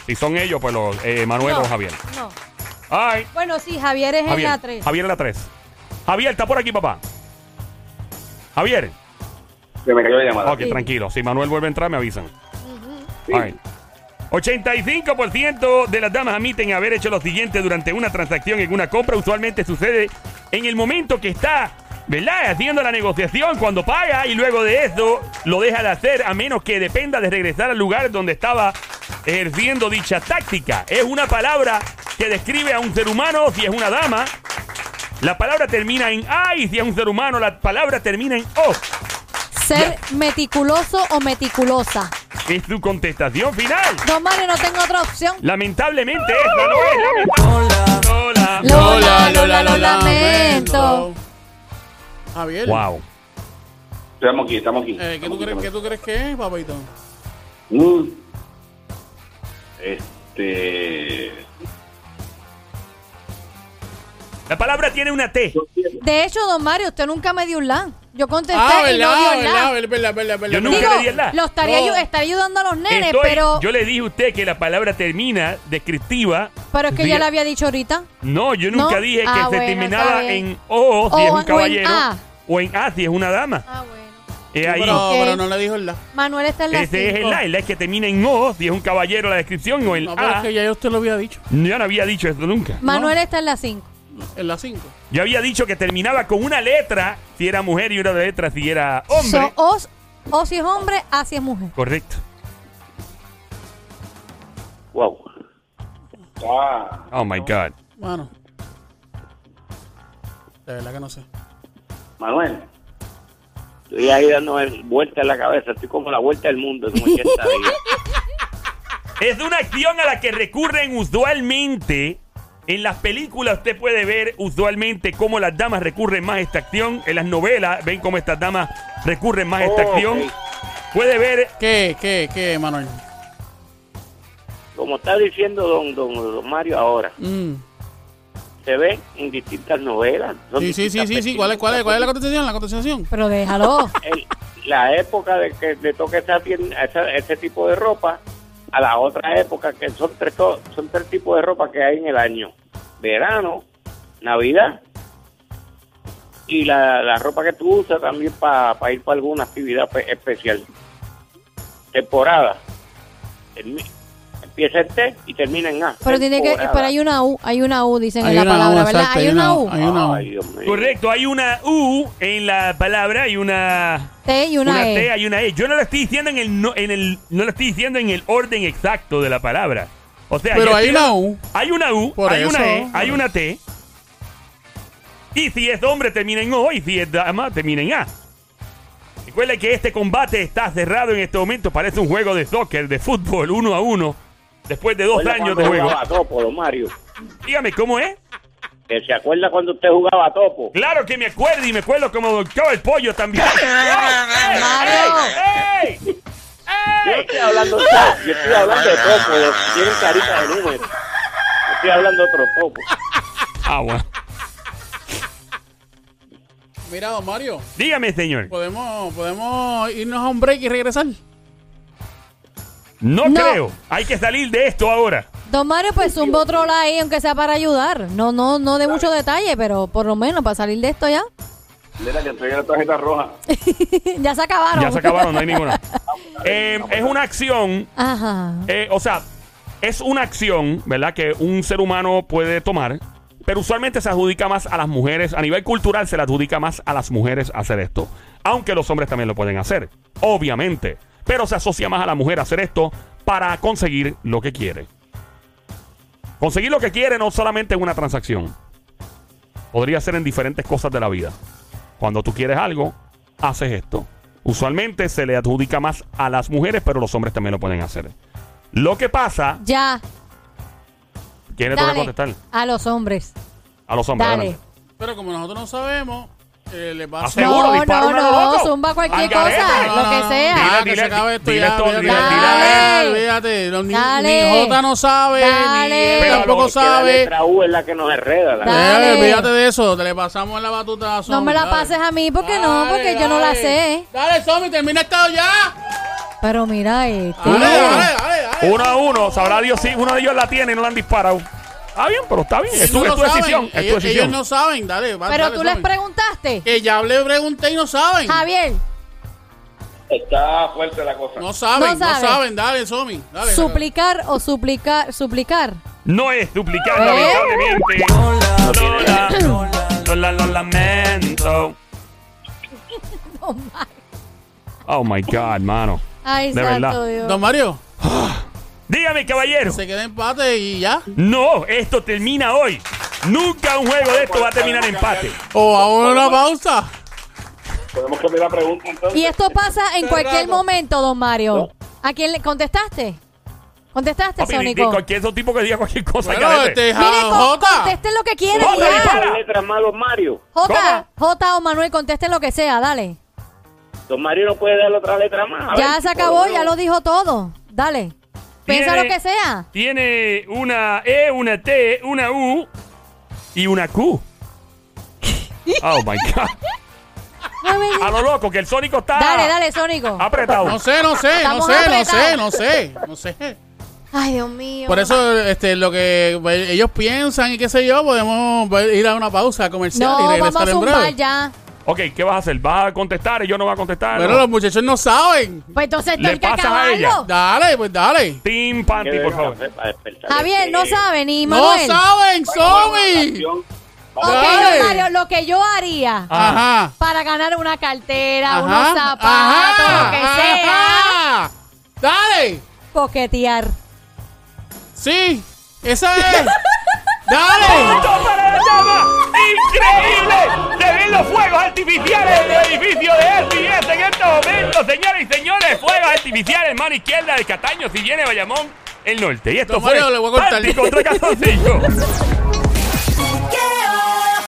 Speaker 1: Si son ellos, pues los eh, Manuel
Speaker 2: No,
Speaker 1: o Javier.
Speaker 2: No.
Speaker 1: Ay,
Speaker 2: Bueno, sí, Javier es
Speaker 1: Javier.
Speaker 2: en la 3.
Speaker 1: Javier en la 3. Javier, está por aquí, papá. Javier.
Speaker 4: Se me cayó la llamada.
Speaker 1: Ok, tranquilo. Si Manuel vuelve a entrar, me avisan. All right. 85% de las damas admiten haber hecho lo siguiente durante una transacción en una compra. Usualmente sucede en el momento que está, ¿verdad? Haciendo la negociación cuando paga y luego de eso lo deja de hacer a menos que dependa de regresar al lugar donde estaba ejerciendo dicha táctica. Es una palabra que describe a un ser humano si es una dama. La palabra termina en A y si es un ser humano la palabra termina en O.
Speaker 2: Ser meticuloso o meticulosa.
Speaker 1: Es tu contestación final.
Speaker 2: Don Mario, no tengo otra opción.
Speaker 1: Lamentablemente esto no es lamentable. Lola.
Speaker 2: Lola, Lola, lo lamento.
Speaker 3: Javier.
Speaker 1: Wow.
Speaker 4: Estamos aquí, estamos aquí.
Speaker 3: Eh, ¿qué, tú
Speaker 4: Estamos
Speaker 3: crees,
Speaker 4: aquí,
Speaker 3: ¿Qué tú crees que es, papito?
Speaker 4: Mm. Este.
Speaker 1: La palabra tiene una T.
Speaker 2: De hecho, don Mario, usted nunca me dio un la. Yo contesté
Speaker 3: Ah,
Speaker 2: y no dio
Speaker 3: verdad,
Speaker 2: un la.
Speaker 3: verdad, verdad, verdad, verdad.
Speaker 1: Yo nunca
Speaker 2: Digo,
Speaker 1: le di el la.
Speaker 2: lo estaría,
Speaker 3: No.
Speaker 2: ayu- estaría ayudando a los nenes,
Speaker 1: Estoy-
Speaker 2: pero,
Speaker 1: Yo le dije a usted que la palabra termina descriptiva.
Speaker 2: pero es que
Speaker 1: Sí.
Speaker 2: ya le había dicho ahorita.
Speaker 1: No, yo nunca
Speaker 2: ¿No?
Speaker 1: dije que
Speaker 2: Ah,
Speaker 1: se
Speaker 2: bueno, está
Speaker 1: terminaba
Speaker 2: bien.
Speaker 1: en O si
Speaker 2: O
Speaker 1: es
Speaker 2: o
Speaker 1: un
Speaker 2: en
Speaker 1: caballero.
Speaker 2: A.
Speaker 1: O en A si es una dama.
Speaker 2: Ah, bueno.
Speaker 1: Es ahí.
Speaker 3: Pero,
Speaker 2: Ok.
Speaker 3: pero no le dijo el la.
Speaker 2: Manuel está en la
Speaker 1: Ese es el
Speaker 2: cinco.
Speaker 1: A. El A es que termina en O si es un caballero la descripción o el
Speaker 3: No, pero es
Speaker 1: A.
Speaker 3: que ya yo usted lo había dicho.
Speaker 1: Yo no había dicho esto nunca.
Speaker 2: Manuel está en la 5.
Speaker 3: En la 5.
Speaker 1: Yo había dicho que terminaba con una letra si era mujer y una letra si era hombre.
Speaker 2: So, o, o si es hombre, así es mujer.
Speaker 1: Correcto.
Speaker 5: wow.
Speaker 4: Ah,
Speaker 1: Oh my God.
Speaker 3: Mano. De verdad que no sé.
Speaker 4: Manuel.
Speaker 5: Estoy ahí dando vuelta en la cabeza. Estoy como la vuelta del mundo. Como 80 días.
Speaker 1: Es una acción a la que recurren usualmente. En las películas usted puede ver usualmente cómo las damas recurren más a esta acción. En las novelas ven cómo estas damas recurren más a esta
Speaker 5: Oh,
Speaker 1: acción.
Speaker 5: ok.
Speaker 1: Puede ver...
Speaker 3: ¿Qué, qué, qué, Manuel?
Speaker 5: Como está diciendo don, don, don Mario ahora,
Speaker 3: Mm.
Speaker 5: se ve en distintas novelas. son
Speaker 3: Sí, sí, sí,
Speaker 5: distintas
Speaker 3: sí, sí. ¿Cuál es, cuál es, cuál es la contestación? La contestación.
Speaker 2: Pero
Speaker 1: [LAUGHS]
Speaker 2: déjalo.
Speaker 5: el- la época de que le toca esa tienda- esa- ese tipo de ropa a la otra época que son tres co- son tres tipos de ropa que hay en el año verano navidad y la, la ropa que tú usas también para ir para alguna actividad pe- especial temporada Termi- empieza en T y termina en A
Speaker 2: Pero tiene que. Pero hay una U, hay una U, dicen
Speaker 3: Hay
Speaker 2: en
Speaker 3: una U,
Speaker 2: la palabra, ¿verdad?
Speaker 3: exacto,
Speaker 2: Hay una U.
Speaker 3: Hay una U.
Speaker 5: Ay, Dios mío.
Speaker 1: Correcto, hay una U en la palabra y una...
Speaker 2: T y una,
Speaker 1: Una
Speaker 2: E.
Speaker 1: T, hay una E. Yo no lo estoy diciendo en el, no, en el, no lo estoy diciendo en el orden exacto de la palabra. O sea,
Speaker 3: Pero
Speaker 1: yo
Speaker 3: hay
Speaker 1: estoy-
Speaker 3: una U.
Speaker 1: Hay una U,
Speaker 3: Por
Speaker 1: hay
Speaker 3: eso.
Speaker 1: una E, hay una T. Y si es hombre termina en O y si es dama termina en A. Recuerda que este combate está cerrado en este momento. Parece un juego de soccer, de fútbol, uno a uno. Después de dos
Speaker 5: Recuerda
Speaker 1: años
Speaker 5: cuando
Speaker 1: de juego.
Speaker 5: jugaba a Tópolo, Mario
Speaker 1: Dígame, ¿cómo es?
Speaker 5: Que se acuerda cuando usted jugaba a topo.
Speaker 1: Claro que me acuerdo y me acuerdo como volcó el pollo
Speaker 3: [LAUGHS]
Speaker 1: también. ¡Ey!
Speaker 2: Mario.
Speaker 1: ¡Ey! ¡Ey!
Speaker 5: Yo no estoy hablando de yo estoy hablando de topo, de los que tienen carita de número. Yo estoy hablando de otro topo.
Speaker 1: Ah, bueno.
Speaker 3: Mira, don Mario,
Speaker 1: Dígame, señor.
Speaker 3: ¿podemos, podemos irnos a un break y regresar.
Speaker 1: No,
Speaker 2: No.
Speaker 1: creo. Hay que salir de esto ahora.
Speaker 2: Don Mario, pues zumba otro lado ahí, aunque sea para ayudar. No, no, no de mucho detalle, pero por lo menos para salir de esto ya. [LAUGHS]
Speaker 4: Mira, que entregué la tarjeta roja.
Speaker 2: ya se acabaron.
Speaker 1: Ya se acabaron, no hay ninguna. Eh, es una acción,
Speaker 2: Ajá.
Speaker 1: eh, o sea, es una acción, ¿verdad? Que un ser humano puede tomar, pero usualmente se adjudica más a las mujeres. A nivel cultural se le adjudica más a las mujeres hacer esto. Aunque los hombres también lo pueden hacer, obviamente. Pero se asocia más a la mujer hacer esto para conseguir lo que quiere. Conseguir lo que quiere no solamente en una transacción. Podría ser en diferentes cosas de la vida. Cuando tú quieres algo, haces esto. Usualmente se le adjudica más a las mujeres, pero los hombres también lo pueden hacer. Lo que pasa,
Speaker 2: Ya.
Speaker 1: ¿quién le toca
Speaker 2: Dale.
Speaker 1: contestar?
Speaker 2: A los hombres.
Speaker 1: A los hombres.
Speaker 2: Dale.
Speaker 1: adelante.
Speaker 3: Pero como nosotros no sabemos, eh, le pasa.
Speaker 1: Asegura. Seguro,
Speaker 2: no,
Speaker 1: dispara
Speaker 2: no,
Speaker 1: una
Speaker 2: no,
Speaker 1: loco.
Speaker 2: zumba
Speaker 1: Al
Speaker 2: cualquier
Speaker 1: garete.
Speaker 2: cosa,
Speaker 1: No,
Speaker 2: lo que sea.
Speaker 3: Ya,
Speaker 1: Dile,
Speaker 3: que se
Speaker 1: dile,
Speaker 3: acabe esto
Speaker 1: dile
Speaker 3: ya.
Speaker 1: esto,
Speaker 3: olvídate.
Speaker 1: dile,
Speaker 2: dile.
Speaker 3: Dale, olvídate. Los ni,
Speaker 2: Dale.
Speaker 3: ni Jota no sabe,
Speaker 2: Dale.
Speaker 3: ni
Speaker 1: Pero
Speaker 3: él tampoco
Speaker 1: lo
Speaker 5: Que la
Speaker 3: sabe.
Speaker 5: letra U es la que nos enreda. la-
Speaker 2: Da-
Speaker 3: Dale,
Speaker 2: Dale.
Speaker 3: olvídate de eso. Te le pasamos la batuta a Somi.
Speaker 2: No me la
Speaker 3: dale.
Speaker 2: pases a mí porque no,
Speaker 3: Dale,
Speaker 2: porque yo no la
Speaker 3: dale.
Speaker 2: sé.
Speaker 3: Dale, Somi, termina esto ya.
Speaker 2: Pero mira este.
Speaker 3: Dale, dale, dale. dale.
Speaker 1: Uno a uno, sabrá Dios si uno de ellos la tiene y no la han disparado. Está bien, pero está bien.
Speaker 3: Ellos
Speaker 1: Es tu,
Speaker 3: no
Speaker 1: es tu
Speaker 3: lo saben.
Speaker 1: decisión. Es tu
Speaker 3: Ellos, ellos
Speaker 1: decisión.
Speaker 3: no saben, dale. va,
Speaker 2: Pero
Speaker 3: dale,
Speaker 2: tú les
Speaker 3: Somi.
Speaker 2: preguntaste.
Speaker 3: Que ya le pregunté y no saben.
Speaker 2: Javier,
Speaker 4: Está Ah, fuerte la cosa.
Speaker 3: No saben,
Speaker 2: No
Speaker 3: no
Speaker 2: saben.
Speaker 3: saben. Dale, Somi. Dale, dale.
Speaker 2: suplicar o suplicar, suplicar.
Speaker 1: No es duplicar,
Speaker 2: ¿Eh?
Speaker 1: lamentablemente. Lola, Lola, Lola, lo
Speaker 2: [LAUGHS]
Speaker 1: lamento.
Speaker 2: Don Mario.
Speaker 1: Oh my God, mano.
Speaker 2: Ay,
Speaker 1: De
Speaker 2: santo
Speaker 1: verdad.
Speaker 2: Dios.
Speaker 3: Don Mario,
Speaker 1: Dígame, caballero.
Speaker 3: se queda empate y ya.
Speaker 1: No, esto termina hoy. Nunca un juego de esto va a terminar en empate.
Speaker 3: O ahora una pausa.
Speaker 4: Podemos cambiar la pregunta entonces.
Speaker 2: Y esto pasa en
Speaker 3: Cerrado.
Speaker 2: cualquier momento, don Mario. ¿A quién le contestaste? ¿Contestaste,
Speaker 1: Papi, di- di
Speaker 2: Sónico?
Speaker 1: cualquier otro tipo que diga cualquier cosa.
Speaker 3: Bueno,
Speaker 1: carete.
Speaker 3: este,
Speaker 2: Mire, con-
Speaker 3: Jota.
Speaker 2: contesten lo que quieran.
Speaker 1: Jota,
Speaker 2: ya.
Speaker 1: dispara.
Speaker 5: ¿Qué letras más los Mario?
Speaker 2: Jota, Jota o Manuel, contesten lo que sea, dale.
Speaker 5: Don Mario no puede dar otra letra más. A
Speaker 2: ya
Speaker 5: ver,
Speaker 2: se
Speaker 5: por
Speaker 2: acabó,
Speaker 5: favor.
Speaker 2: ya lo dijo todo. Dale. Piensa lo
Speaker 1: Tiene-
Speaker 2: que sea.
Speaker 1: Tiene una E, una T, una U y una
Speaker 2: [LAUGHS]
Speaker 1: Q. Oh my God. A lo loco, que el Sónico está
Speaker 2: Dale, dale, Sónico.
Speaker 1: apretado.
Speaker 3: No sé, no sé, no
Speaker 2: Estamos
Speaker 3: sé, no sé,
Speaker 2: apretados.
Speaker 3: no sé, no sé.
Speaker 2: Ay, Dios mío.
Speaker 3: Por eso, este, lo que ellos piensan y qué sé yo, podemos ir a una pausa comercial y
Speaker 2: No, vamos
Speaker 3: regresar
Speaker 2: a
Speaker 3: en breve.
Speaker 2: zumbar ya.
Speaker 1: Ok, ¿qué vas a hacer? ¿Vas a contestar y yo no voy a contestar?
Speaker 3: Pero
Speaker 1: ¿No?
Speaker 3: los muchachos no saben.
Speaker 2: Pues entonces
Speaker 1: Le
Speaker 2: hay que
Speaker 1: pasas a
Speaker 2: acabarlo.
Speaker 3: Dale, pues dale.
Speaker 1: Team
Speaker 5: Que
Speaker 1: Panty,
Speaker 5: deben
Speaker 1: por favor.
Speaker 5: hacer para despertar
Speaker 2: Javier,
Speaker 5: este-
Speaker 2: no sabe ni
Speaker 3: No
Speaker 2: Manuel.
Speaker 3: saben, Somi.
Speaker 4: Acción.
Speaker 2: Ok,
Speaker 3: Dale.
Speaker 2: don Mario, lo que yo haría
Speaker 3: Ajá.
Speaker 2: para ganar una cartera,
Speaker 3: Ah. Ajá.
Speaker 2: unos zapatos,
Speaker 3: Ajá.
Speaker 2: lo que sea,
Speaker 3: Ajá. Dale.
Speaker 2: coquetear.
Speaker 3: Sí. Esa
Speaker 2: [LAUGHS]
Speaker 3: es. Dale.
Speaker 1: ¡Punto para la dama! ¡Increíble! ¡Se ven los fuegos artificiales en el edificio de SBS en este momento, señoras y señores! ¡Fuegos artificiales, mano izquierda de Cataño, si viene Bayamón, el norte! Y esto
Speaker 3: Don
Speaker 1: fue
Speaker 3: Mario, le voy a cortar.
Speaker 1: Panty contra Calzoncillo.